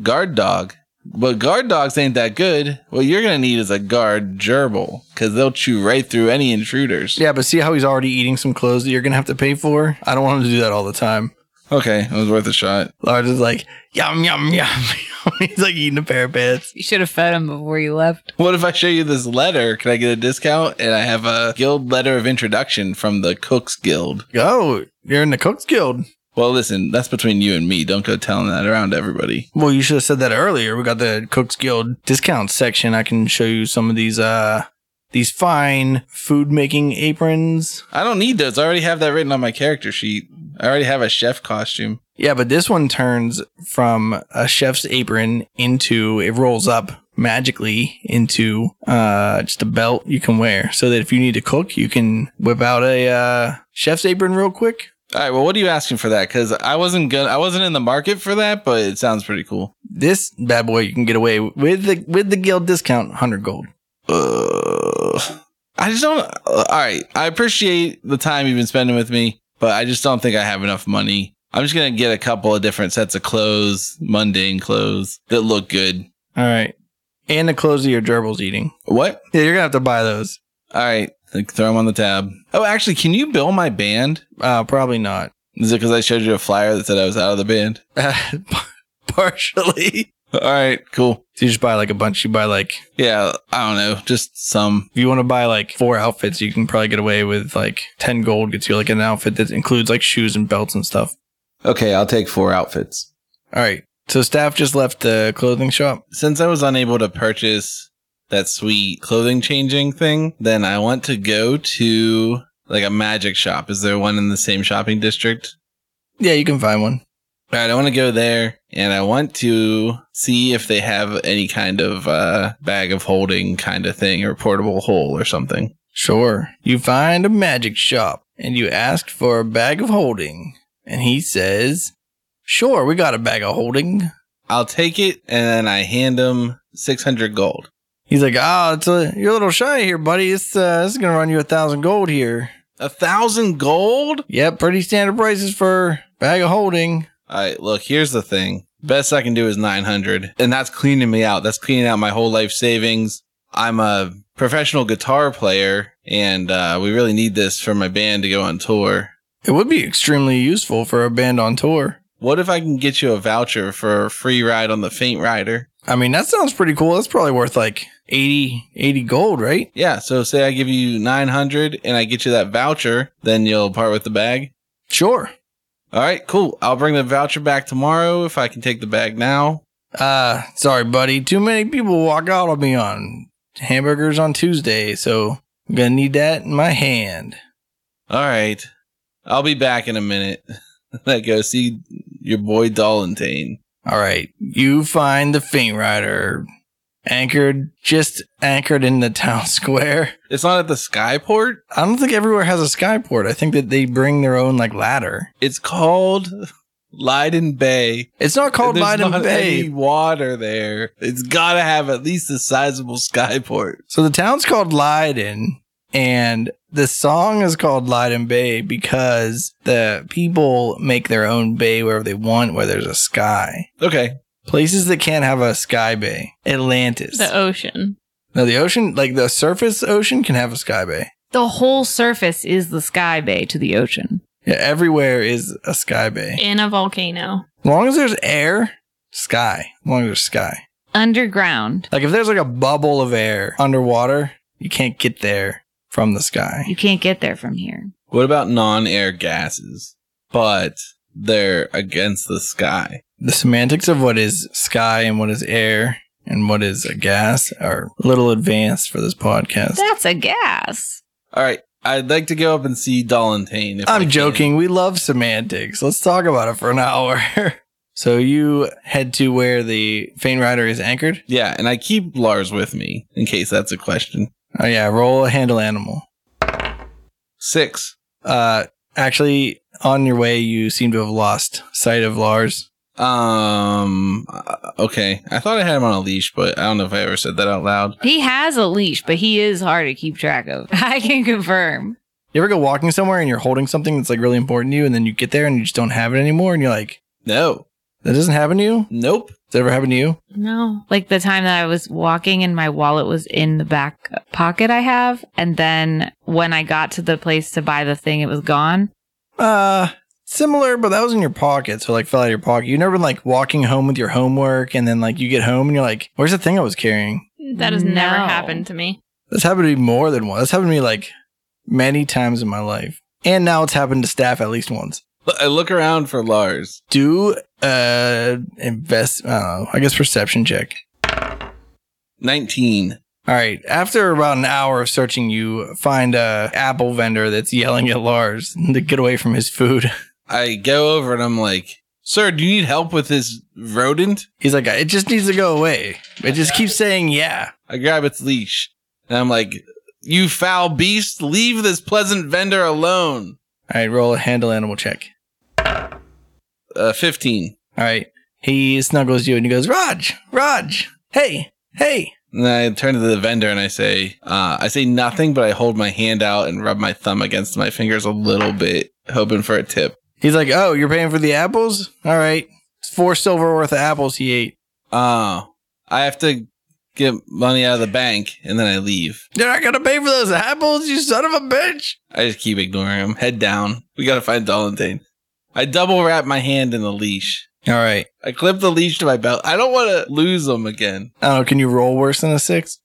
Speaker 4: guard dog. But guard dogs ain't that good. What you're gonna need is a guard gerbil because they'll chew right through any intruders.
Speaker 2: Yeah, but see how he's already eating some clothes that you're gonna have to pay for. I don't want him to do that all the time.
Speaker 4: Okay, it was worth a shot.
Speaker 2: Lars is like yum yum yum. he's like eating a pair of pants.
Speaker 1: You should have fed them before you left.
Speaker 4: What if I show you this letter? Can I get a discount? And I have a guild letter of introduction from the Cooks Guild.
Speaker 2: Oh, you're in the Cooks Guild.
Speaker 4: Well, listen, that's between you and me. Don't go telling that around to everybody.
Speaker 2: Well, you should have said that earlier. We got the Cooks Guild discount section. I can show you some of these uh these fine food making aprons.
Speaker 4: I don't need those. I already have that written on my character sheet. I already have a chef costume.
Speaker 2: Yeah, but this one turns from a chef's apron into it rolls up magically into uh just a belt you can wear so that if you need to cook you can whip out a uh chef's apron real quick
Speaker 4: All right. Well, what are you asking for that? Because I wasn't gonna. I wasn't in the market for that, but it sounds pretty cool.
Speaker 2: this bad boy you can get away with the with the guild discount 100 gold
Speaker 4: Ugh. I just don't. uh, All right. I appreciate the time you've been spending with me, but I just don't think I have enough money. I'm just gonna get a couple of different sets of clothes, mundane clothes that look good.
Speaker 2: all right and the clothes that your gerbil's eating
Speaker 4: What?
Speaker 2: yeah you're gonna have to buy those
Speaker 4: All right. Like, throw them on the tab. Oh, actually, can you bill my band?
Speaker 2: uh probably not
Speaker 4: Is it because I showed you a flyer that said I was out of the band?
Speaker 2: uh, partially
Speaker 4: All right, cool.
Speaker 2: so you just buy like a bunch you buy like
Speaker 4: Yeah, I don't know, just some.
Speaker 2: If you want to buy like four outfits, you can probably get away with like 10 gold gets you like an outfit that includes like shoes and belts and stuff.
Speaker 4: Okay, I'll take four outfits.
Speaker 2: All right. So staff just left the clothing shop.
Speaker 4: Since I was unable to purchase that sweet clothing changing thing, then I want to go to like a magic shop. Is there one in the same shopping district?
Speaker 2: Yeah, you can find one.
Speaker 4: All right, I want to go there and I want to see if they have any kind of uh, bag of holding kind of thing or portable hole or something.
Speaker 2: Sure. You find a magic shop and you ask for a bag of holding. And he says, Sure, we got a bag of holding.
Speaker 4: I'll take it and then I hand them 600 gold.
Speaker 2: He's like, Oh, it's a, you're a little shy here, buddy. It's, uh, this is going to run you a thousand gold here.
Speaker 4: A thousand gold?
Speaker 2: Yep, pretty standard prices for bag of holding.
Speaker 4: All right, look, here's the thing. Best I can do is 900, and that's cleaning me out. That's cleaning out my whole life savings. I'm a professional guitar player and uh, we really need this for my band to go on tour.
Speaker 2: It would be extremely useful for a band on tour.
Speaker 4: What if I can get you a voucher for a free ride on the Faint Rider?
Speaker 2: I mean, that sounds pretty cool. That's probably worth like 80, 80 gold, right?
Speaker 4: Yeah, so say I give you 900 and I get you that voucher, then you'll part with the bag.
Speaker 2: Sure.
Speaker 4: All right, cool. I'll bring the voucher back tomorrow if I can take the bag now.
Speaker 2: Uh, sorry, buddy. Too many people walk out on me on hamburgers on Tuesday, so I'm gonna need that in my hand.
Speaker 4: All right. I'll be back in a minute. Let go see your boy Dolentane.
Speaker 2: All right, you find the faint rider anchored, just anchored in the town square.
Speaker 4: It's not at the Skyport.
Speaker 2: I don't think everywhere has a skyport. I think that they bring their own like ladder.
Speaker 4: It's called Leiden Bay.
Speaker 2: It's not called
Speaker 4: There's
Speaker 2: Leiden
Speaker 4: not
Speaker 2: Bay.
Speaker 4: any water there. It's gotta have at least a sizable Skyport.
Speaker 2: So the town's called Leiden, and the song is called Leiden Bay because the people make their own bay wherever they want, where there's a sky.
Speaker 4: Okay.
Speaker 2: Places that can't have a sky bay. Atlantis.
Speaker 3: The ocean.
Speaker 2: now the ocean, like the surface ocean, can have a sky bay.
Speaker 1: The whole surface is the sky bay to the ocean.
Speaker 2: Yeah, everywhere is a sky bay.
Speaker 3: In a volcano.
Speaker 2: As long as there's air, sky. As long as there's sky.
Speaker 1: Underground,
Speaker 2: Like if there's like a bubble of air underwater, you can't get there from the sky.
Speaker 1: you can't get there from here.
Speaker 4: What about non-air gases? But they're against the sky.
Speaker 2: The semantics of what is sky and what is air and what is a gas are a little advanced for this podcast.
Speaker 1: That's a gas.
Speaker 4: All right. I'd like to go up and see Dolentane. If I
Speaker 2: I'm
Speaker 4: can.
Speaker 2: joking. We love semantics. Let's talk about it for an hour. so you head to where the Fane Rider is anchored.
Speaker 4: Yeah, and I keep Lars with me in case that's a question.
Speaker 2: Oh yeah, roll a handle animal.
Speaker 4: Six.
Speaker 2: Uh, actually, on your way, you seem to have lost sight of Lars.
Speaker 4: Um. uh, Okay. I thought I had him on a leash, but I don't know if I ever said that out loud.
Speaker 1: He has a leash, but he is hard to keep track of. I can confirm.
Speaker 2: You ever go walking somewhere and you're holding something that's like really important to you, and then you get there and you just don't have it anymore, and you're like,
Speaker 4: No.
Speaker 2: that doesn't happen to you?
Speaker 4: Nope.
Speaker 2: Does it ever happen to you?
Speaker 3: No.
Speaker 1: Like the time that I was walking and my wallet was in the back pocket I have. And then when I got to the place to buy the thing, it was gone.
Speaker 2: Uh, similar, but that was in your pocket, so like fell out of your pocket. You never been like walking home with your homework, and then like you get home and you're like, where's the thing I was carrying?
Speaker 3: That has never
Speaker 1: No.
Speaker 3: happened to me.
Speaker 2: That's happened to me more than once. That's happened to me like many times in my life, and now it's happened to staff at least once.
Speaker 4: L- I look around for Lars.
Speaker 2: Do uh invest? I don't know. I guess perception check.
Speaker 4: Nineteen.
Speaker 2: All right. After about an hour of searching, you find a apple vendor that's yelling at Lars to get away from his food.
Speaker 4: I go over and I'm like, "Sir, do you need help with this rodent?"
Speaker 2: He's like, it just needs to go away. It just keeps saying, yeah.
Speaker 4: I grab its leash and I'm like, "You foul beast! Leave this pleasant vendor alone."
Speaker 2: All right. Roll a handle animal check.
Speaker 4: Uh, Fifteen.
Speaker 2: All right. He snuggles you and he goes, Raj, Raj, hey, hey.
Speaker 4: And then I turn to the vendor and I say, uh, "I say nothing, but I hold my hand out and rub my thumb against my fingers a little bit, hoping for a tip."
Speaker 2: He's like, oh, you're paying for the apples? All right. It's four silver worth of apples he ate.
Speaker 4: Oh, I have to get money out of the bank and then I leave.
Speaker 2: You're not going to pay for those apples, you son of a bitch.
Speaker 4: I just keep ignoring him. Head down. We gotta find Dolentine. I double wrap my hand in the leash.
Speaker 2: All right.
Speaker 4: I clip the leash to my belt. I don't want to lose him again.
Speaker 2: I don't know. Can you roll worse than a six?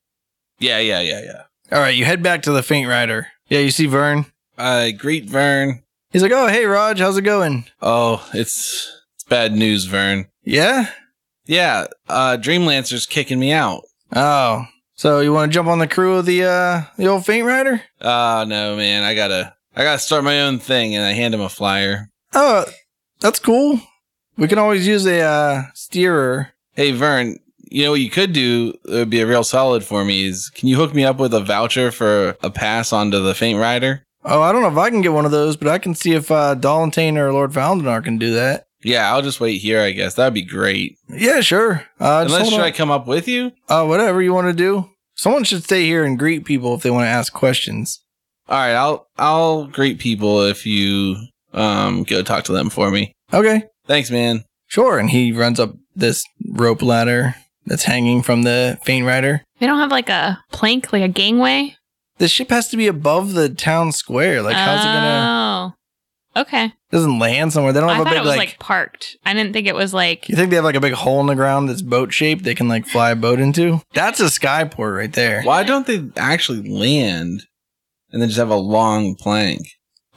Speaker 4: Yeah, yeah, yeah, yeah.
Speaker 2: All right. You head back to the faint rider. Yeah. You see Vern?
Speaker 4: I greet Vern.
Speaker 2: He's like, "Oh, hey, Raj, how's it going?"
Speaker 4: Oh, it's it's bad news, Vern.
Speaker 2: Yeah.
Speaker 4: Yeah, uh, Dreamlancer's kicking me out.
Speaker 2: Oh, so you want to jump on the crew of the uh the old Faint Rider?
Speaker 4: Oh no, man, I gotta I gotta start my own thing, and I hand him a flyer.
Speaker 2: Oh, that's cool. We can always use a uh, steerer.
Speaker 4: Hey Vern, you know what you could do that would be a real solid for me is can you hook me up with a voucher for a pass onto the faint rider?
Speaker 2: Oh, I don't know if I can get one of those, but I can see if uh, Dolentane or Lord Valdinar can do that.
Speaker 4: Yeah, I'll just wait here, I guess. That'd be great.
Speaker 2: Yeah, sure. Uh, just
Speaker 4: Unless
Speaker 2: hold
Speaker 4: should
Speaker 2: on.
Speaker 4: I come up with you?
Speaker 2: uh, whatever you want to do. Someone should stay here and greet people if they want to ask questions.
Speaker 4: Alright, I'll I'll greet people if you um go talk to them for me.
Speaker 2: Okay,
Speaker 4: Thanks, man.
Speaker 2: sure. And he runs up this rope ladder that's hanging from the Faint Rider.
Speaker 3: They don't have like a plank, like a gangway.
Speaker 2: The ship has to be above the town square. Like, how's it gonna?
Speaker 3: Oh, okay.
Speaker 2: It doesn't land somewhere. They don't
Speaker 3: Uh, I
Speaker 2: have
Speaker 3: thought
Speaker 2: a
Speaker 3: it
Speaker 2: big
Speaker 3: was
Speaker 2: like,
Speaker 3: like, parked. I didn't think it was like.
Speaker 2: You think they have like a big hole in the ground that's boat shaped? They can like fly a boat into. That's a skyport right there.
Speaker 4: Why don't they actually land and then just have a long plank?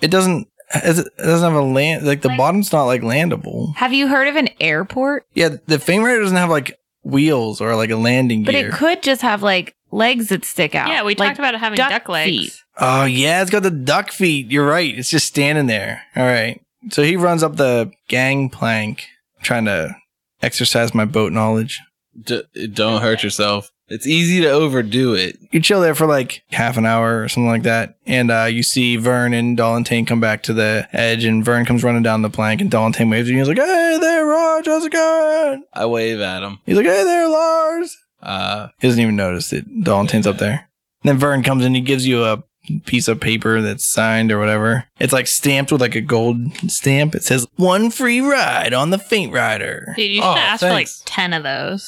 Speaker 2: It doesn't. It doesn't have a land. Like the
Speaker 1: Like-
Speaker 2: bottom's not like landable.
Speaker 1: Have you heard of an airport?
Speaker 2: Yeah, the Fame Rider doesn't have like wheels or like a landing
Speaker 1: But
Speaker 2: gear.
Speaker 1: it could just have like legs that stick out.
Speaker 3: Yeah, we
Speaker 1: Like,
Speaker 3: talked about it having
Speaker 1: duck
Speaker 3: duck, legs.
Speaker 1: feet.
Speaker 2: Oh yeah, it's got the duck feet. You're right. It's just standing there. All right. So he runs up the gangplank, trying to exercise my boat knowledge.
Speaker 4: D- don't hurt yourself. It's easy to overdo it.
Speaker 2: You chill there for like half an hour or something like that, and uh, you see Vern and Dollantane come back to the edge, and Vern comes running down the plank, and Dollantane waves, and he's like, "Hey there, Raj, how's it going?"
Speaker 4: I wave at him.
Speaker 2: He's like, "Hey there, Lars."
Speaker 4: Uh,
Speaker 2: He doesn't even notice that Dalton's up there. And then Vern comes in, he gives you a piece of paper that's signed or whatever. It's like stamped with like a gold stamp. It says one free ride on the Faint Rider.
Speaker 3: Dude, you should
Speaker 4: Oh,
Speaker 3: have asked
Speaker 4: thanks.
Speaker 3: for like ten of those.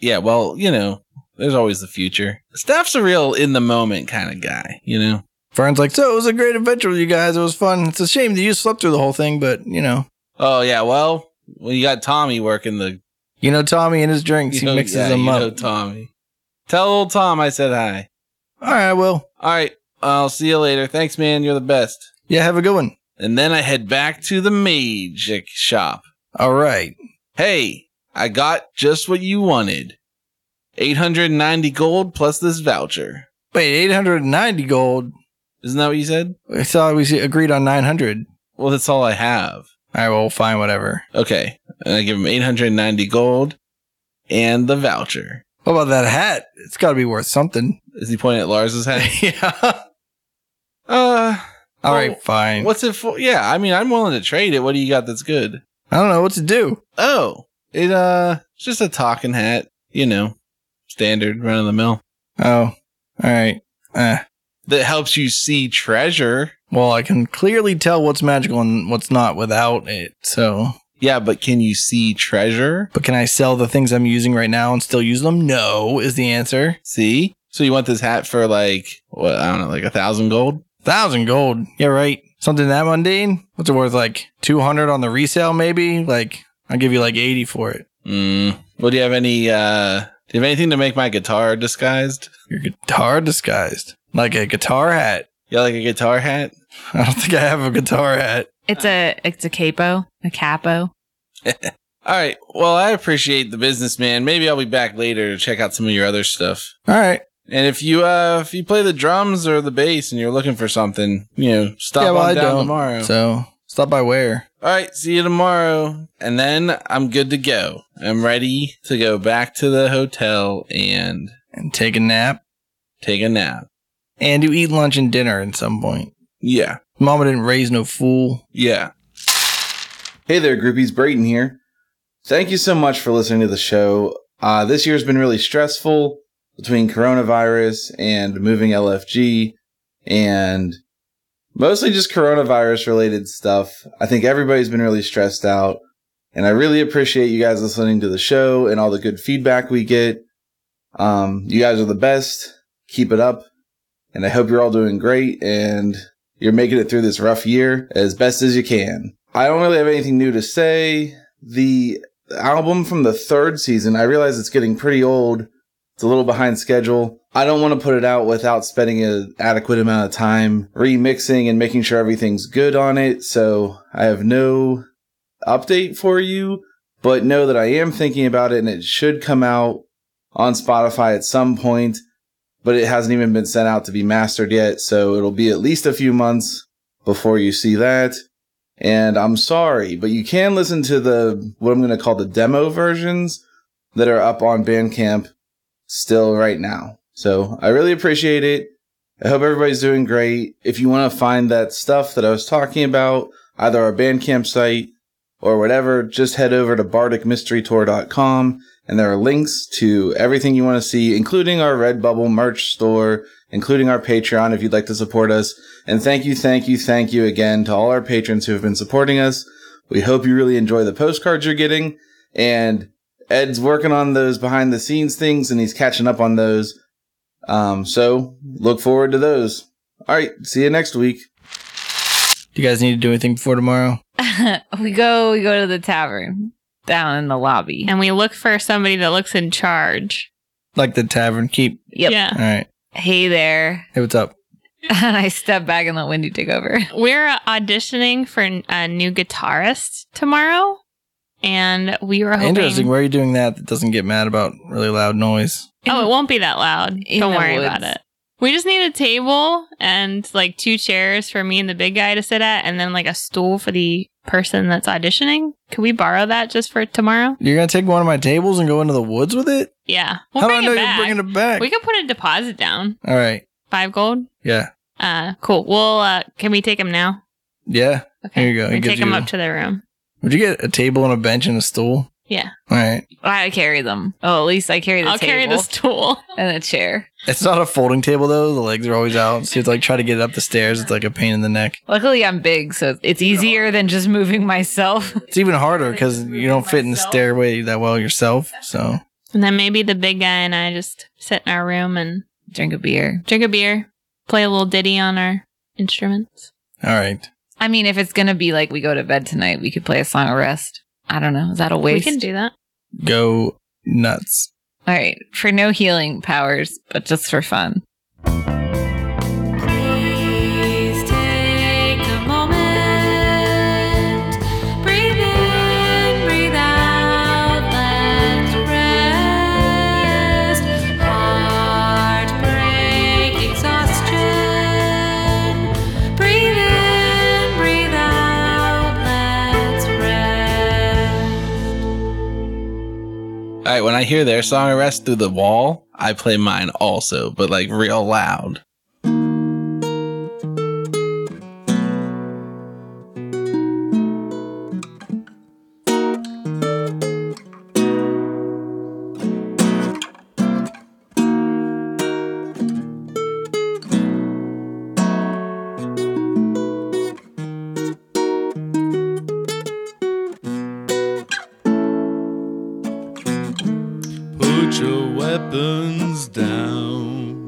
Speaker 4: yeah, well, you know, there's always the future. Staff's a real in the moment kind of guy, you know?
Speaker 2: Vern's like, so it was a great adventure with you guys. It was fun. It's a shame that you slept through the whole thing, but you know,
Speaker 4: Oh, yeah, well, when you got Tommy working the.
Speaker 2: you know Tommy and his drinks,
Speaker 4: You
Speaker 2: he
Speaker 4: know-
Speaker 2: mixes
Speaker 4: Oh, yeah,
Speaker 2: them
Speaker 4: you
Speaker 2: up.
Speaker 4: know Tommy. Tell old Tom I said hi.
Speaker 2: All right, well,
Speaker 4: All right, I'll see you later. Thanks, man. You're the best.
Speaker 2: yeah, have a good one.
Speaker 4: And then I head back to the magic shop.
Speaker 2: All right.
Speaker 4: Hey, I got just what you wanted 890 gold plus this voucher.
Speaker 2: Wait, 890 gold.
Speaker 4: Isn't that what you said?
Speaker 2: I thought we agreed on 900.
Speaker 4: Well, that's all I
Speaker 2: All
Speaker 4: have.
Speaker 2: right, well, fine, whatever.
Speaker 4: Okay. And I give him 890 gold and the voucher.
Speaker 2: What about that hat? It's got to be worth something.
Speaker 4: Is he pointing at Lars's head?
Speaker 2: yeah.
Speaker 4: uh,
Speaker 2: All
Speaker 4: Oh,
Speaker 2: right, fine.
Speaker 4: what's it for? Yeah, I mean, I'm willing to trade it. What do you got that's good?
Speaker 2: I don't know what to do.
Speaker 4: Oh, it, uh, it's just a talking hat, you know, standard run of the mill
Speaker 2: Oh, all right. Uh,
Speaker 4: that helps you see treasure.
Speaker 2: well, I can clearly tell what's magical and what's not without it. So,
Speaker 4: Yeah, but can you see treasure?
Speaker 2: but can I sell the things I'm using right now and still use them? No, is the answer.
Speaker 4: See? So you want this hat for like what I don't know, like a thousand gold?
Speaker 2: Thousand gold. Yeah, right. Something that mundane. What's it worth? Like two hundred on the resale, maybe. Like I'll give you like eighty for it.
Speaker 4: Mm. Well, do you have any uh do you have anything to make my guitar disguised?
Speaker 2: Your guitar disguised like a guitar hat.
Speaker 4: Yeah, like a guitar hat?
Speaker 2: I don't think I have a guitar hat.
Speaker 1: It's
Speaker 3: Uh.
Speaker 1: a it's a capo, a capo.
Speaker 4: Alright, well I appreciate the businessman. Maybe I'll be back later to check out some of your other stuff.
Speaker 2: All right.
Speaker 4: And if you uh if you play the drums or the bass and you're looking for something, you know, stop
Speaker 2: Yeah, well,
Speaker 4: on
Speaker 2: I
Speaker 4: down
Speaker 2: don't,
Speaker 4: tomorrow.
Speaker 2: So stop by where?
Speaker 4: All right, see you tomorrow. And then I'm good to go. I'm ready to go back to the hotel and
Speaker 2: and take a nap
Speaker 4: take a nap.
Speaker 2: and you eat lunch and dinner at some point.
Speaker 4: Yeah,
Speaker 2: Mama didn't raise no fool.
Speaker 4: yeah. Hey there, groupies. Brayton here. Thank you so much for listening to the show. Uh, this year's been really stressful between coronavirus and moving LFG and mostly just coronavirus related stuff. I think everybody's been really stressed out. And I really appreciate you guys listening to the show and all the good feedback we get. Um, you guys are the best. Keep it up. And I hope you're all doing great and you're making it through this rough year as best as you can. I don't really have anything new to say. The album from the third season, I realize it's getting pretty old. It's a little behind schedule. I don't want to put it out without spending an adequate amount of time remixing and making sure everything's good on it. So I have no update for you, but know that I am thinking about it and it should come out on Spotify at some point but it hasn't even been sent out to be mastered yet. So it'll be at least a few months before you see that. And I'm sorry, but you can listen to the, what I'm going to call the demo versions that are up on Bandcamp still right now. So I really appreciate it. I hope everybody's doing great. If you want to find that stuff that I was talking about, either our Bandcamp site or whatever, just head over to bardicmysterytour.com and there are links to everything you want to see, including our Redbubble merch store, including our Patreon if you'd like to support us. And thank you, thank you, thank you again to all our patrons who have been supporting us. We hope you really enjoy the postcards you're getting. And Ed's working on those behind the scenes things and he's catching up on those. Um, so look forward to those. All right. See you next week.
Speaker 2: Do you guys need to do anything before tomorrow?
Speaker 1: we go we go to the tavern down in the lobby.
Speaker 3: And we look for somebody that looks in charge.
Speaker 2: Like the tavern keep.
Speaker 1: Yep.
Speaker 3: Yeah.
Speaker 2: All right.
Speaker 1: Hey there.
Speaker 2: Hey, what's up?
Speaker 1: And I step back and let Wendy take over.
Speaker 3: We're uh, auditioning for n- a new guitarist tomorrow. And we were hoping.
Speaker 2: Interesting. Where are you doing that? That doesn't get mad about really loud noise.
Speaker 3: Oh, it won't be that loud.
Speaker 1: in
Speaker 3: Don't
Speaker 1: the
Speaker 3: worry about
Speaker 1: woods.
Speaker 3: it. We just need a table and like two chairs for me and the big guy to sit at, and then like a stool for the person that's auditioning. Could we borrow that just for tomorrow?
Speaker 2: You're gonna take one of my tables and go into the woods with it?
Speaker 3: Yeah. We'll
Speaker 2: How do I
Speaker 3: bring
Speaker 2: know
Speaker 3: it
Speaker 2: you're
Speaker 3: back.
Speaker 2: bringing it back?
Speaker 3: we can put a deposit down.
Speaker 2: All right.
Speaker 3: Five gold.
Speaker 2: Yeah.
Speaker 3: Uh, cool. Well, uh, can we take him now?
Speaker 2: Yeah.
Speaker 3: Okay.
Speaker 2: Here you go. It
Speaker 3: We
Speaker 2: gives
Speaker 3: take him
Speaker 2: you-
Speaker 3: up to the room.
Speaker 2: Would you get a table and a bench and a stool?
Speaker 3: Yeah.
Speaker 2: All right.
Speaker 1: I carry them. Oh, at least I carry the
Speaker 3: I'll
Speaker 1: table
Speaker 3: carry the stool.
Speaker 1: and a chair.
Speaker 2: It's not a folding table though. The legs are always out. So you have to like try to get it up the stairs. It's like a pain in the neck.
Speaker 1: Luckily, I'm big, so it's easier than just moving myself.
Speaker 2: It's even harder because you don't fit in the stairway that well yourself. So
Speaker 3: And then maybe the big guy and I just sit in our room and
Speaker 1: Drink a beer.
Speaker 3: drink a beer, play a little ditty on our instruments.
Speaker 2: all right.
Speaker 1: I mean, if it's gonna be like we go to bed tonight, we could play a song of rest. I don't know. Is that a waste?
Speaker 3: We can do that.
Speaker 2: Go nuts.
Speaker 1: All right, for no healing powers, but just for fun.
Speaker 5: Please take a moment. Breathe in, breathe out. Let's rest. Heartbreak, exhaustion. Breathe in, breathe out. Let's rest.
Speaker 4: All right. When I hear their song Arrest Through the Wall, I play mine also, but like real loud.
Speaker 6: Put your weapons down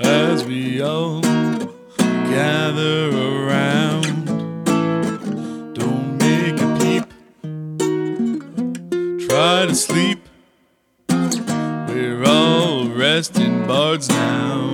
Speaker 6: as we all gather around. Don't make a peep, try to sleep. We're all resting bards now.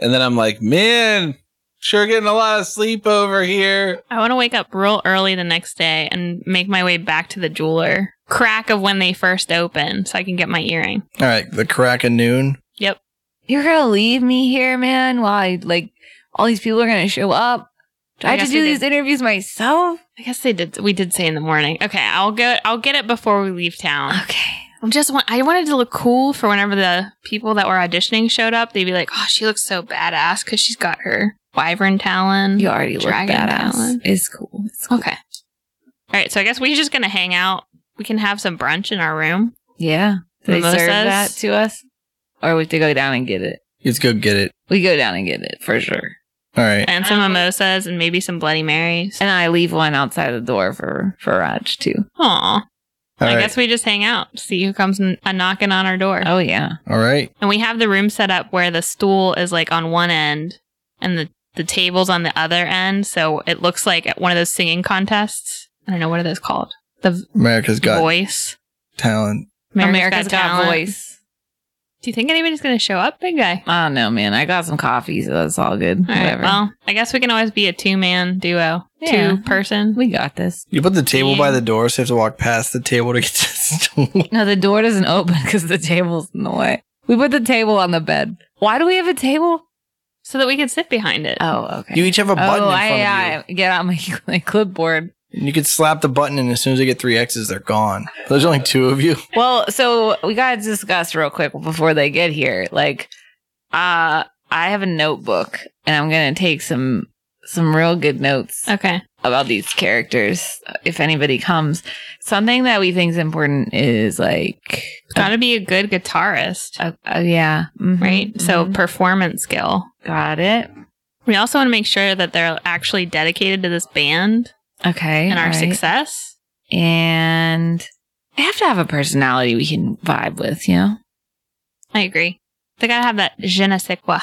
Speaker 4: And then I'm like, man, sure getting a lot of sleep over here.
Speaker 3: I want to wake up real early the next day and make my way back to the jeweler. Crack of when they first open so I can get my earring.
Speaker 2: All right. The crack of noon.
Speaker 3: Yep.
Speaker 1: You're gonna leave me here, man. While I, like all these people are gonna show up. Do I,
Speaker 3: I
Speaker 1: have to
Speaker 3: guess
Speaker 1: do
Speaker 3: we
Speaker 1: these interviews myself?
Speaker 3: I guess they did we did say in the morning. Okay, I'll go I'll get it before we leave town.
Speaker 1: Okay.
Speaker 3: I'm just want I wanted to look cool for whenever the people that were auditioning showed up, they'd be like, "Oh, she looks so badass cuz she's got her wyvern talon."
Speaker 1: You already look
Speaker 3: Mm-hmm. Dragon
Speaker 1: badass.
Speaker 3: talent.
Speaker 1: It's cool. It's cool.
Speaker 3: Okay. All right, so I guess we're just going to hang out. We can have some brunch in our room.
Speaker 1: Yeah. Do they serve
Speaker 3: Mimosas?
Speaker 1: that to us? Or we have to go down and get it?
Speaker 2: Let's go get it.
Speaker 1: We go down and get it for sure.
Speaker 2: All right.
Speaker 3: And some mimosas and maybe some bloody marys.
Speaker 1: And I leave one outside the door for for Raj too.
Speaker 3: Aw.
Speaker 2: All
Speaker 3: I
Speaker 2: right.
Speaker 3: guess we just hang out, see who comes n- a knocking on our door.
Speaker 1: Oh yeah.
Speaker 2: All right.
Speaker 3: And we have the room set up where the stool is like on one end and the, the table's on the other end. So it looks like at one of those singing contests. I don't know, what are those called? The v-
Speaker 2: America's got
Speaker 3: voice.
Speaker 2: talent.
Speaker 1: America's got,
Speaker 3: Talent.
Speaker 1: voice.
Speaker 3: Do you think anybody's going to show up, big guy?
Speaker 1: I don't know, man. I got some coffee, so that's all good.
Speaker 3: All right.
Speaker 1: Whatever.
Speaker 3: Well, I guess we can always be a two man duo,
Speaker 1: Yeah.
Speaker 3: two person.
Speaker 1: we got this.
Speaker 2: You put the table by
Speaker 3: Yeah.
Speaker 2: the door, so you have to walk past the table to get to the stool.
Speaker 1: No, the door doesn't open because the table's in the way. We put the table on the bed. Why do we have a table?
Speaker 3: so that we could sit behind it.
Speaker 1: Oh, okay.
Speaker 2: You each have a button
Speaker 1: oh,
Speaker 2: in front of
Speaker 1: I,
Speaker 2: you.
Speaker 1: I get out my, my clipboard.
Speaker 2: And you could slap the button, and as soon as they get three X's, they're gone. There's only two of you.
Speaker 1: Well, so we gotta discuss real quick before they get here. Like, uh, I have a notebook, and I'm gonna take some some real good notes
Speaker 3: Okay.
Speaker 1: about these characters uh, if anybody comes. Something that we think is important is like,
Speaker 3: Got to be a good guitarist,
Speaker 1: uh, uh, yeah, mhm,
Speaker 3: right? So
Speaker 1: mhm.
Speaker 3: performance skill.
Speaker 1: got it.
Speaker 3: We also want to make sure that they're actually dedicated to this band
Speaker 1: Okay.
Speaker 3: and our
Speaker 1: all right.
Speaker 3: success.
Speaker 1: And they have to have a personality we can vibe with, you know?
Speaker 3: I agree. They gotta have that je ne sais quoi.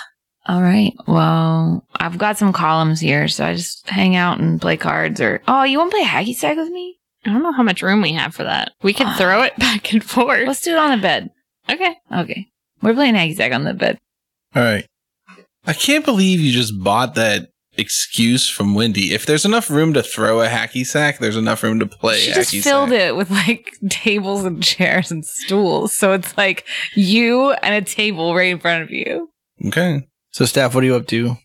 Speaker 1: All right. Well, I've got some columns here, so I just hang out and play cards or oh, you wanna play hacky sack with me?
Speaker 3: I don't know how much room we have for that. We could throw it back and forth.
Speaker 1: Let's do it on the bed.
Speaker 3: okay.
Speaker 1: Okay. We're playing hacky sack on the bed.
Speaker 4: All right. I can't believe you just bought that excuse from Wendy. If there's enough room to throw a hacky sack, there's enough room to play.
Speaker 1: she
Speaker 4: hacky
Speaker 1: just filled
Speaker 4: sack.
Speaker 1: it with like tables and chairs and stools. So it's like you and a table right in front of you.
Speaker 4: Okay.
Speaker 2: So, staff, what are you up to?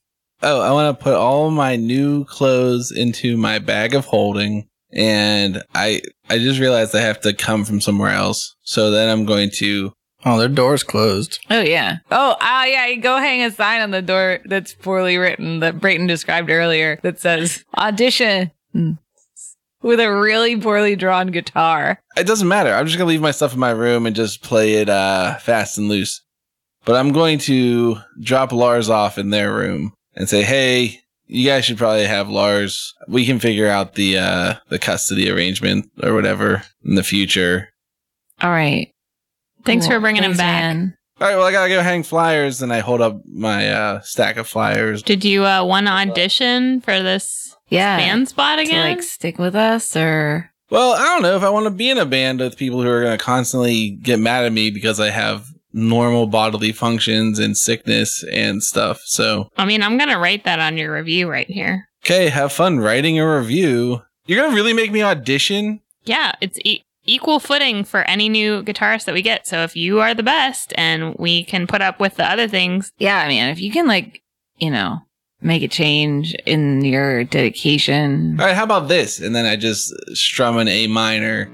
Speaker 4: Oh, I want to put all my new clothes into my bag of holding, and I I just realized I have to come from somewhere else. So then I'm going to.
Speaker 2: Oh, their door's closed.
Speaker 1: Oh yeah. Oh ah yeah. You go hang a sign on the door that's poorly written that Brayton described earlier that says audition with a really poorly drawn guitar.
Speaker 4: It doesn't matter. I'm just gonna leave my stuff in my room and just play it uh, fast and loose. But I'm going to drop Lars off in their room and say, "Hey, you guys should probably have Lars. We can figure out the uh, the custody arrangement or whatever in the future."
Speaker 1: All right.
Speaker 3: Thanks for bringing him back.
Speaker 1: man.
Speaker 4: All right, well, I gotta go hang flyers, and I hold up my uh, stack of flyers.
Speaker 3: Did you uh, want to audition for this
Speaker 1: Yeah.
Speaker 3: band spot
Speaker 1: to
Speaker 3: again?
Speaker 1: like stick with us or
Speaker 4: Well, I don't know if I want to be in a band with people who are gonna constantly get mad at me because I have normal bodily functions and sickness and stuff. So
Speaker 3: I mean, I'm gonna write that on your review right here.
Speaker 4: Okay, have fun writing a review. You're gonna really make me audition?
Speaker 3: Yeah, it's e- equal footing for any new guitarist that we get. So if you are the best and we can put up with the other things,
Speaker 1: yeah. I mean, if you can like you know make a change in your dedication.
Speaker 4: All right, how about this? And then I just strum an A minor.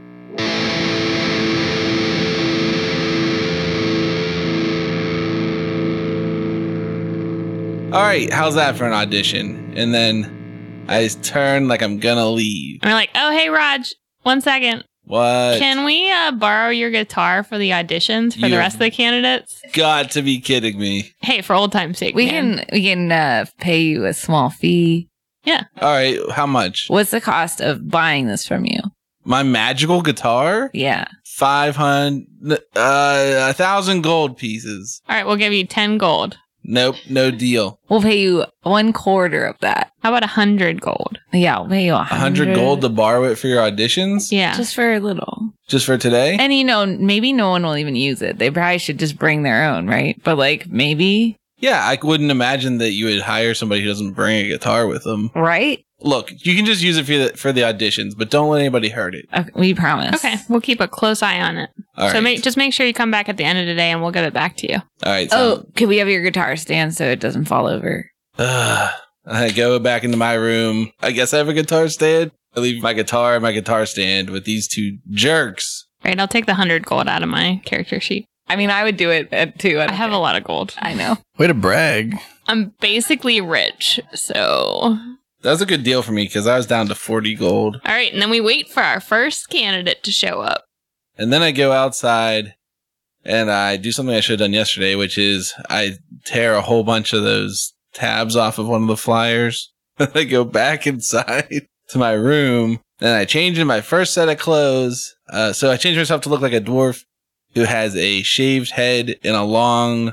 Speaker 4: All right, how's that for an audition? And then I turn like I'm gonna leave.
Speaker 3: and we're like, oh, hey, Raj, one second.
Speaker 4: What?
Speaker 3: Can we uh, borrow your guitar for the auditions for the
Speaker 4: You-
Speaker 3: rest of the candidates?
Speaker 4: Got to be kidding me.
Speaker 3: Hey, for old time's sake,
Speaker 1: We
Speaker 3: man.
Speaker 1: can we can uh, pay you a small fee.
Speaker 4: All right, how much?
Speaker 1: What's the cost of buying this from you?
Speaker 4: My magical guitar?
Speaker 1: Yeah.
Speaker 4: 500, uh, a thousand gold pieces.
Speaker 3: All right, we'll give you ten gold.
Speaker 4: Nope, no deal.
Speaker 1: We'll pay you one quarter of that.
Speaker 3: How about a hundred gold?
Speaker 1: Yeah, we'll pay you a
Speaker 4: A hundred
Speaker 1: hundred
Speaker 4: gold to borrow it for your auditions?
Speaker 3: Yeah,
Speaker 1: just for a little.
Speaker 4: Just for today?
Speaker 1: And you know, maybe no one will even use it. They probably should just bring their own, right? But like maybe,
Speaker 4: yeah, I wouldn't imagine that you would hire somebody who doesn't bring a guitar with them.
Speaker 1: right?
Speaker 4: Look, you can just use it for the, for the auditions, but don't let anybody hurt it.
Speaker 1: Okay, Uh, we promise.
Speaker 3: okay, we'll keep a close eye on it.
Speaker 4: All right.
Speaker 3: so make, just make sure you come back at the end of the day, and we'll give it back to you.
Speaker 4: All right.
Speaker 1: Oh,
Speaker 4: So,
Speaker 1: could we have your guitar stand so it doesn't fall over?
Speaker 3: Oh.
Speaker 4: Ugh. I go back into my room. I guess I have a guitar stand. I leave my guitar and my guitar stand with these two jerks.
Speaker 3: All right, I'll take the hundred gold out of my character sheet.
Speaker 1: I mean, I would do it uh, at two.
Speaker 3: I have a lot of gold.
Speaker 1: I know.
Speaker 2: Way to brag.
Speaker 3: I'm basically rich. So, all
Speaker 4: That was a good deal for me because I was down to 40 gold.
Speaker 3: right. And then we wait for our first candidate to show up.
Speaker 4: And then I go outside and I do something I should have done yesterday, which is I tear a whole bunch of those tabs off of one of the flyers. And I go back inside to my room and I change in my first set of clothes. Uh, so I change myself to look like a dwarf who has a shaved head and a long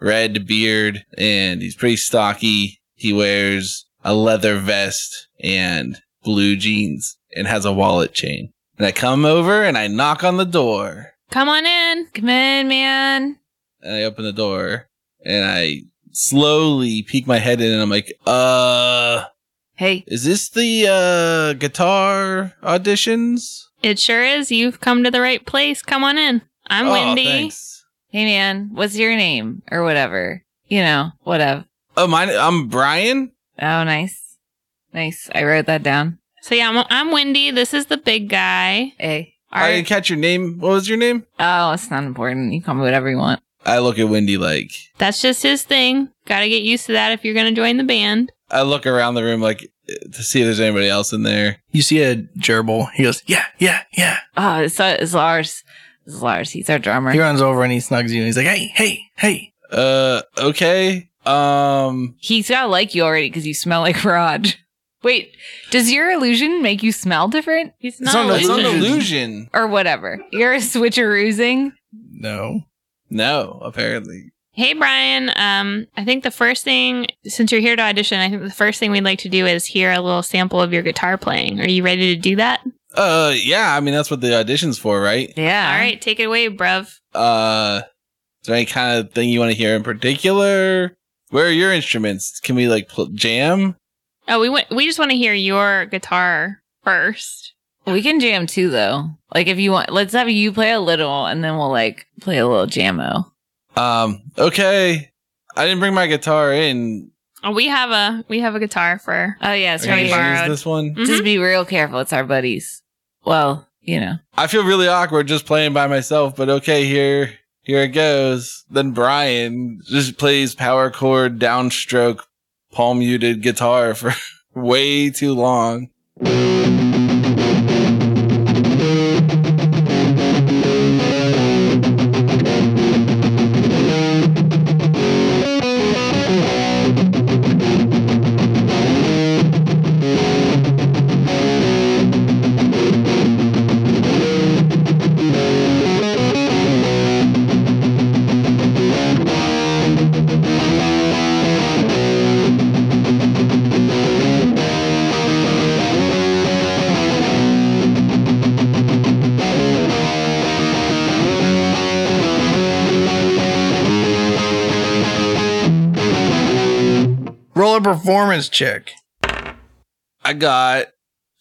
Speaker 4: red beard and he's pretty stocky. He wears a leather vest and blue jeans and has a wallet chain. And I come over and I knock on the door.
Speaker 3: Come on in.
Speaker 1: Come in, man.
Speaker 4: And I open the door and I slowly peek my head in and I'm like, uh,
Speaker 1: Hey,
Speaker 4: is this the uh guitar auditions?
Speaker 3: It sure is. You've come to the right place. Come on in. I'm
Speaker 4: Oh,
Speaker 3: Wendy.
Speaker 4: thanks.
Speaker 1: hey, man. What's your name or whatever? You know, whatever.
Speaker 4: Oh, mine. I'm Brian.
Speaker 1: Oh, nice, nice. I wrote that down.
Speaker 3: So yeah, I'm, I'm Wendy. This is the big guy.
Speaker 1: Hey.
Speaker 3: All
Speaker 4: I didn't
Speaker 3: right.
Speaker 4: catch your name. What was your name?
Speaker 1: Oh, it's not important. You call me whatever you want.
Speaker 4: I look at Wendy like
Speaker 3: That's just his thing. Got to get used to that if you're going to join the band.
Speaker 4: I look around the room like to see if there's anybody else in there.
Speaker 2: You see a gerbil. He goes, yeah, yeah, yeah.
Speaker 1: Oh, it's, it's Lars. It's Lars. He's our drummer.
Speaker 2: He runs over and he snugs you. And he's like, hey, hey, hey.
Speaker 4: Uh, okay. Um,
Speaker 1: He's gotta like you already because you smell like Rod. Wait, does your illusion make you smell different
Speaker 3: He's
Speaker 4: it's
Speaker 3: not.
Speaker 4: not, it's not an
Speaker 3: illusion.
Speaker 4: illusion.
Speaker 1: or whatever? You're a switcheroozing.
Speaker 2: No.
Speaker 4: No, apparently.
Speaker 3: Hey Brian, um, I think the first thing since you're here to audition, I think the first thing we'd like to do is hear a little sample of your guitar playing. Are you ready to do that?
Speaker 4: Uh, yeah. I mean, that's what the audition's for, right?
Speaker 1: Yeah.
Speaker 3: All right, take it away, bruv.
Speaker 4: Uh, is there any kind of thing you want to hear in particular? Where are your instruments? Can we like pl- jam?
Speaker 3: Oh, we want we just want to hear your guitar first.
Speaker 1: We can jam too, though. Like if you want, let's have you play a little, and then we'll like play a little jammo.
Speaker 4: Um, okay. I didn't bring my guitar in.
Speaker 3: Oh, we have a we have a guitar for uh,
Speaker 1: Oh yeah,
Speaker 4: Are
Speaker 1: it's Mm. Mm-hmm. right
Speaker 4: you gonna use
Speaker 1: here.
Speaker 3: borrowed.
Speaker 4: this one.
Speaker 3: Mhm.
Speaker 1: Just be real careful. It's our buddies. Well, you know.
Speaker 4: I feel really awkward just playing by myself, but okay, here, here it goes. Then Brian just plays power chord, downstroke, palm muted guitar for way too long.
Speaker 2: Roll a performance check.
Speaker 4: I got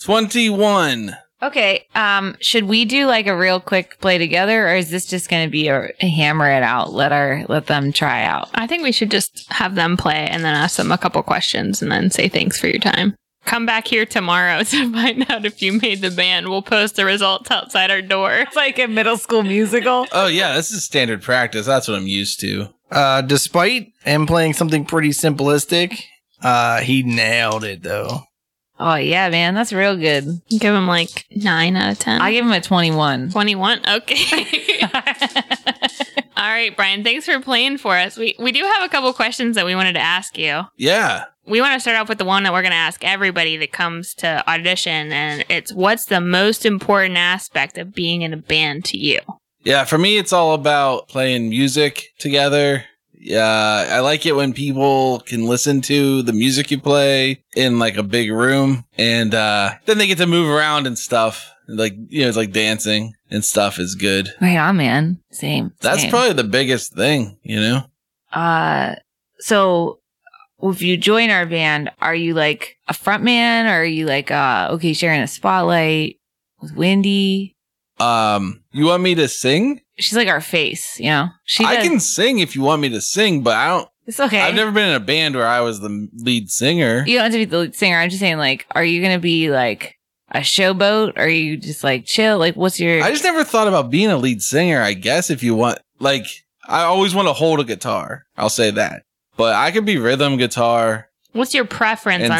Speaker 4: 21.
Speaker 1: Okay. Um, should we do like a real quick play together, or is this just going to be a, a hammer it out? Let our let them try out.
Speaker 3: I think we should just have them play and then ask them a couple questions and then say thanks for your time. Come back here tomorrow to find out if you made the band. We'll post the results outside our door.
Speaker 1: It's like a middle school musical.
Speaker 4: Oh, yeah, this is standard practice. That's what I'm used to.
Speaker 2: Uh, despite him playing something pretty simplistic, uh, he nailed it though.
Speaker 1: oh yeah, man, that's real good.
Speaker 3: Give them like nine out of ten.
Speaker 1: I give him a twenty-one.
Speaker 3: 21. Okay. All right, Brian, thanks for playing for us. We we do have a couple questions that we wanted to ask you.
Speaker 4: Yeah.
Speaker 3: We want to start off with the one that we're going to ask everybody that comes to audition and it's what's the most important aspect of being in a band to you?
Speaker 4: Yeah, for me, it's all about playing music together. Yeah, I like it when people can listen to the music you play in like a big room and uh, then they get to move around and stuff. Like, you know, it's like dancing and stuff is good.
Speaker 1: Right on, man. Same.
Speaker 4: That's
Speaker 1: same.
Speaker 4: probably the biggest thing, you know?
Speaker 1: uh so if you join our band are you like a front man or are you like uh okay sharing a spotlight with wendy
Speaker 4: Um, you want me to sing?
Speaker 1: she's like our face you know she
Speaker 4: I
Speaker 1: does-
Speaker 4: can sing if you want me to sing, but I don't,
Speaker 1: it's okay
Speaker 4: I've never been in a band where I was the lead singer.
Speaker 1: you don't have to be the lead singer i'm just saying like are you gonna be like a showboat or are you just like chill like what's your
Speaker 4: I just never thought about being a lead singer, I guess, if you want. Like, I always want to hold a guitar. I'll say that. But I could be rhythm guitar.
Speaker 3: What's your preference
Speaker 4: And
Speaker 3: on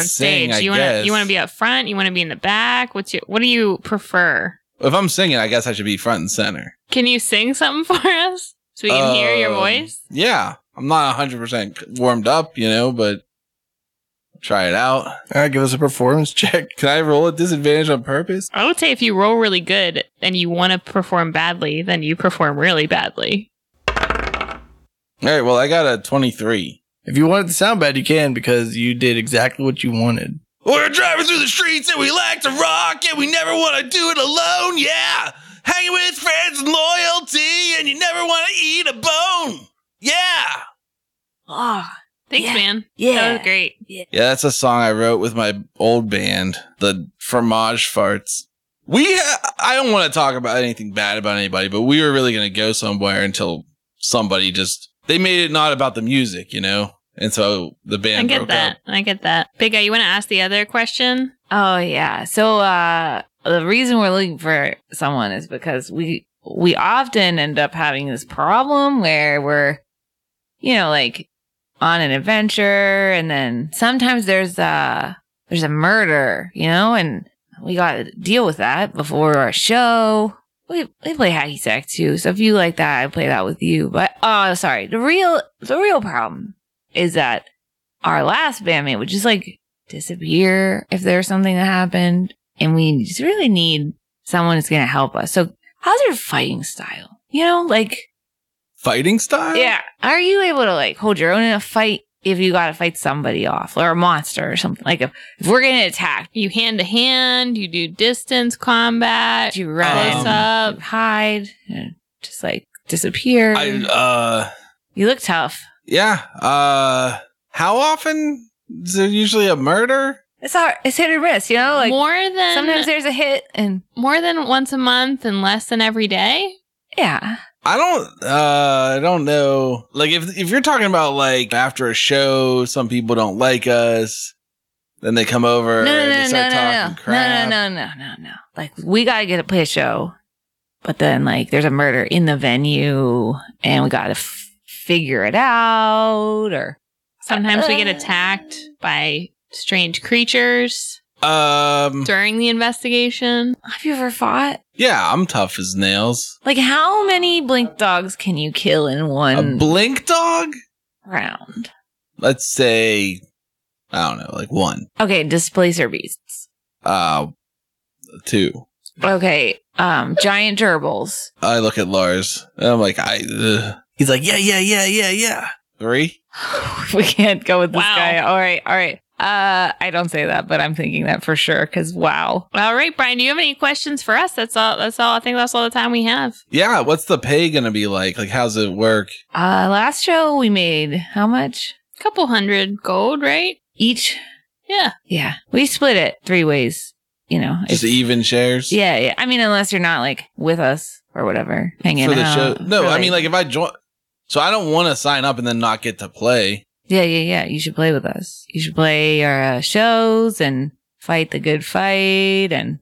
Speaker 3: stage?
Speaker 4: sing, I
Speaker 3: you want to
Speaker 4: guess.
Speaker 3: you want to be up front? You want to be in the back? What's your what do you prefer?
Speaker 4: If I'm singing, I guess I should be front and center.
Speaker 3: Can you sing something for us so we can hear your
Speaker 4: Um,
Speaker 3: voice?
Speaker 4: Yeah. I'm not 100% warmed up, you know, but try it out.
Speaker 2: All right, give us a performance check.
Speaker 4: Can I roll at disadvantage on purpose?
Speaker 3: I would say if you roll really good and you want to perform badly, then you perform really badly.
Speaker 4: All right. Well, I got a 23.
Speaker 2: If you want it to sound bad, you can because you did exactly what you wanted.
Speaker 4: We're driving through the streets and we like to rock and we never want to do it alone. Yeah. Hanging with friends and loyalty and you never want to eat a bone. Yeah.
Speaker 1: Ah,
Speaker 3: Thanks,
Speaker 1: Yeah.
Speaker 3: man. That
Speaker 1: yeah
Speaker 3: was great.
Speaker 4: Yeah, that's a song I wrote with my old band, the Fromage Farts. We, ha- I don't want to talk about anything bad about anybody, but we were really going to go somewhere until somebody just, they made it not about the music, you know? And so the
Speaker 3: I
Speaker 4: band
Speaker 3: get
Speaker 4: broke
Speaker 3: that.
Speaker 4: up.
Speaker 3: I get that. Big guy, you want to ask the other question?
Speaker 1: Oh yeah. So uh the reason we're looking for someone is because we we often end up having this problem where we're you know like on an adventure and then sometimes there's uh there's a murder, you know, and we got to deal with that before our show. We we play hacky sack too. So if you like that, I play that with you. But oh, sorry. The real the real problem is that our last bandmate would just like disappear if there's something that happened. And we just really need someone that's going to help us. So how's your fighting style? You know, like,
Speaker 4: Fighting style?
Speaker 1: yeah. Are you able to like hold your own in a fight if you got to fight somebody off or a monster or something? Like if, if we're getting attacked,
Speaker 3: You hand to hand, you do distance combat, you
Speaker 1: you run,
Speaker 3: close up.
Speaker 1: hide, and just like disappear.
Speaker 4: I, uh,
Speaker 1: you look tough.
Speaker 4: yeah. Uh, how often is there usually a murder?
Speaker 1: It's all, it's hit or miss, you know, like
Speaker 3: more than
Speaker 1: sometimes there's a hit and
Speaker 3: more than once a month and less than every day.
Speaker 1: yeah.
Speaker 4: I don't, uh, I don't know. Like, if, if you're talking about like after a show, some people don't like us, then they come over
Speaker 1: No, no,
Speaker 4: and they
Speaker 1: no, no,
Speaker 4: start
Speaker 1: no,
Speaker 4: talking
Speaker 1: no,
Speaker 4: crap.
Speaker 1: no, no, no, no, no. Like we got to get a play a show, but then like there's a murder in the venue and we got to f- figure it out or
Speaker 3: Sometimes we
Speaker 1: Uh.
Speaker 3: get attacked by strange creatures
Speaker 4: Um,
Speaker 3: during the investigation.
Speaker 1: have you ever fought?
Speaker 4: yeah, I'm tough as nails.
Speaker 1: Like how many blink dogs can you kill in
Speaker 4: A
Speaker 1: one
Speaker 4: blink dog?
Speaker 1: round?
Speaker 4: Let's say, I don't know, like one,
Speaker 1: Okay, displacer beasts.
Speaker 4: uh, two.
Speaker 1: Okay, um giant gerbils.
Speaker 4: I look at Lars and I'm like, I, ugh.
Speaker 2: He's like, yeah, yeah, yeah, yeah, yeah.
Speaker 4: three?
Speaker 1: we can't go with this
Speaker 3: Wow.
Speaker 1: guy. All right, all right. Uh, I don't say that, but I'm thinking that for sure. Cause wow,
Speaker 3: All right, Brian, do you have any questions for us? That's all. That's all. I think that's all the time we have.
Speaker 4: Yeah, what's the pay gonna be like? Like, how's it work?
Speaker 1: uh, last show we made how much
Speaker 3: couple hundred gold, right?
Speaker 1: each?
Speaker 3: Yeah.
Speaker 1: Yeah, we split it three ways. You know,
Speaker 4: Just
Speaker 1: if-
Speaker 4: even shares?
Speaker 1: yeah, yeah. I mean, unless you're not like with us or whatever, hanging
Speaker 4: for the
Speaker 1: out
Speaker 4: show. No,
Speaker 1: for,
Speaker 4: I mean like if I join, so I don't want to sign up and then not get to play.
Speaker 1: yeah, yeah, yeah. You should play with us. You should play our uh, shows and fight the good fight and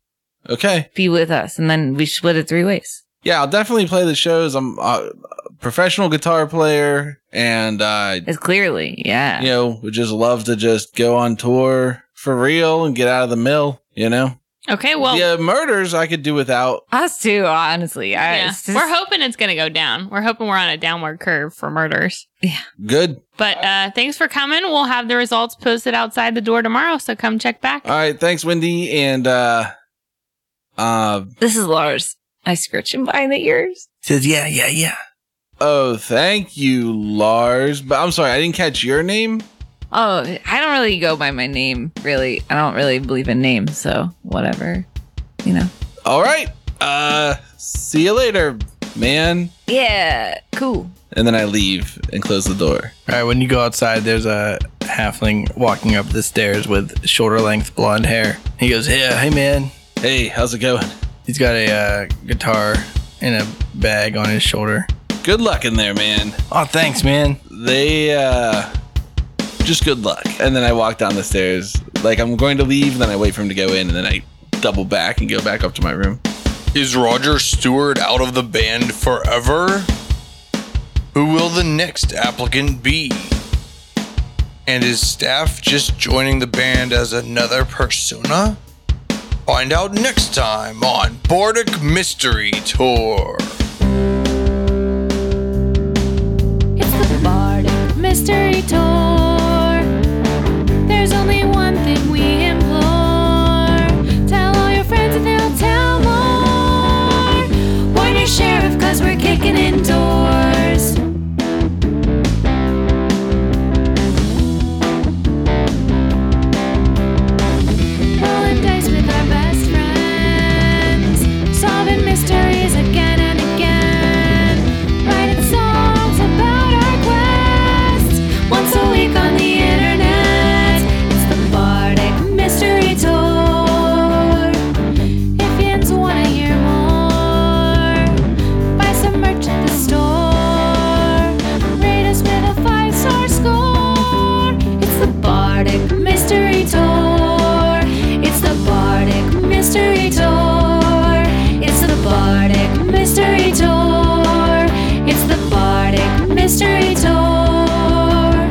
Speaker 4: Okay,
Speaker 1: be with us, and then we split it three ways.
Speaker 4: yeah, I'll definitely play the shows. I'm uh, a professional guitar player, and I,
Speaker 1: It's clearly, yeah.
Speaker 4: you know, would just love to just go on tour for real and get out of the mill. You know,
Speaker 3: Okay. Well, yeah.
Speaker 4: yeah, murders I could do without.
Speaker 1: Us too, honestly. I, it's just-
Speaker 3: we're hoping it's going to go down. We're hoping we're on a downward curve for murders.
Speaker 4: Good.
Speaker 3: But uh, thanks for coming. We'll have the results posted outside the door tomorrow. So come check back.
Speaker 4: All right, thanks, Wendy, and uh, uh,
Speaker 1: This is Lars. I scratch him behind the ears.
Speaker 2: Says, yeah, yeah, yeah.
Speaker 4: oh, thank you, Lars. But I'm sorry, I didn't catch your name.
Speaker 1: Oh, I don't really go by my name, really. I don't really believe in names, so whatever. You know?
Speaker 4: All right. Uh, see you later, man.
Speaker 1: Yeah, cool.
Speaker 4: And then I leave and close the door.
Speaker 2: All right, when you go outside, there's a halfling walking up the stairs with shoulder length blonde hair. He goes, yeah, hey, man.
Speaker 4: Hey, how's it going?
Speaker 2: He's got a uh, guitar and a bag on his shoulder.
Speaker 4: Good luck in there, man.
Speaker 2: Oh, thanks, man.
Speaker 4: They, uh, just good luck. And then I walk down the stairs. Like, I'm going to leave, and then I wait for him to go in, and then I double back and go back up to my room.
Speaker 6: Is Roger Stewart out of the band forever? Who will the next applicant be? And is staff just joining the band as another persona? Find out next time on Bordic Mystery Tour.
Speaker 5: It's the Bardic Mystery Tour. There's only one thing we implore. Tell all your friends and they'll tell more. Warn your sheriff, cause we're kicking in doors. Rolling dice with our best friends. Solving mysteries again and again. Writing songs about our quest. Once a week on the internet. It's the Bardic Mystery Tour. If yins want to hear more, buy some merch at the store. Rate us with a five star score. It's the Bardic Mystery Tour. It's the Bardic Mystery Tour. It's the Bardic Mystery Tour. It's the Bardic Mystery Tour.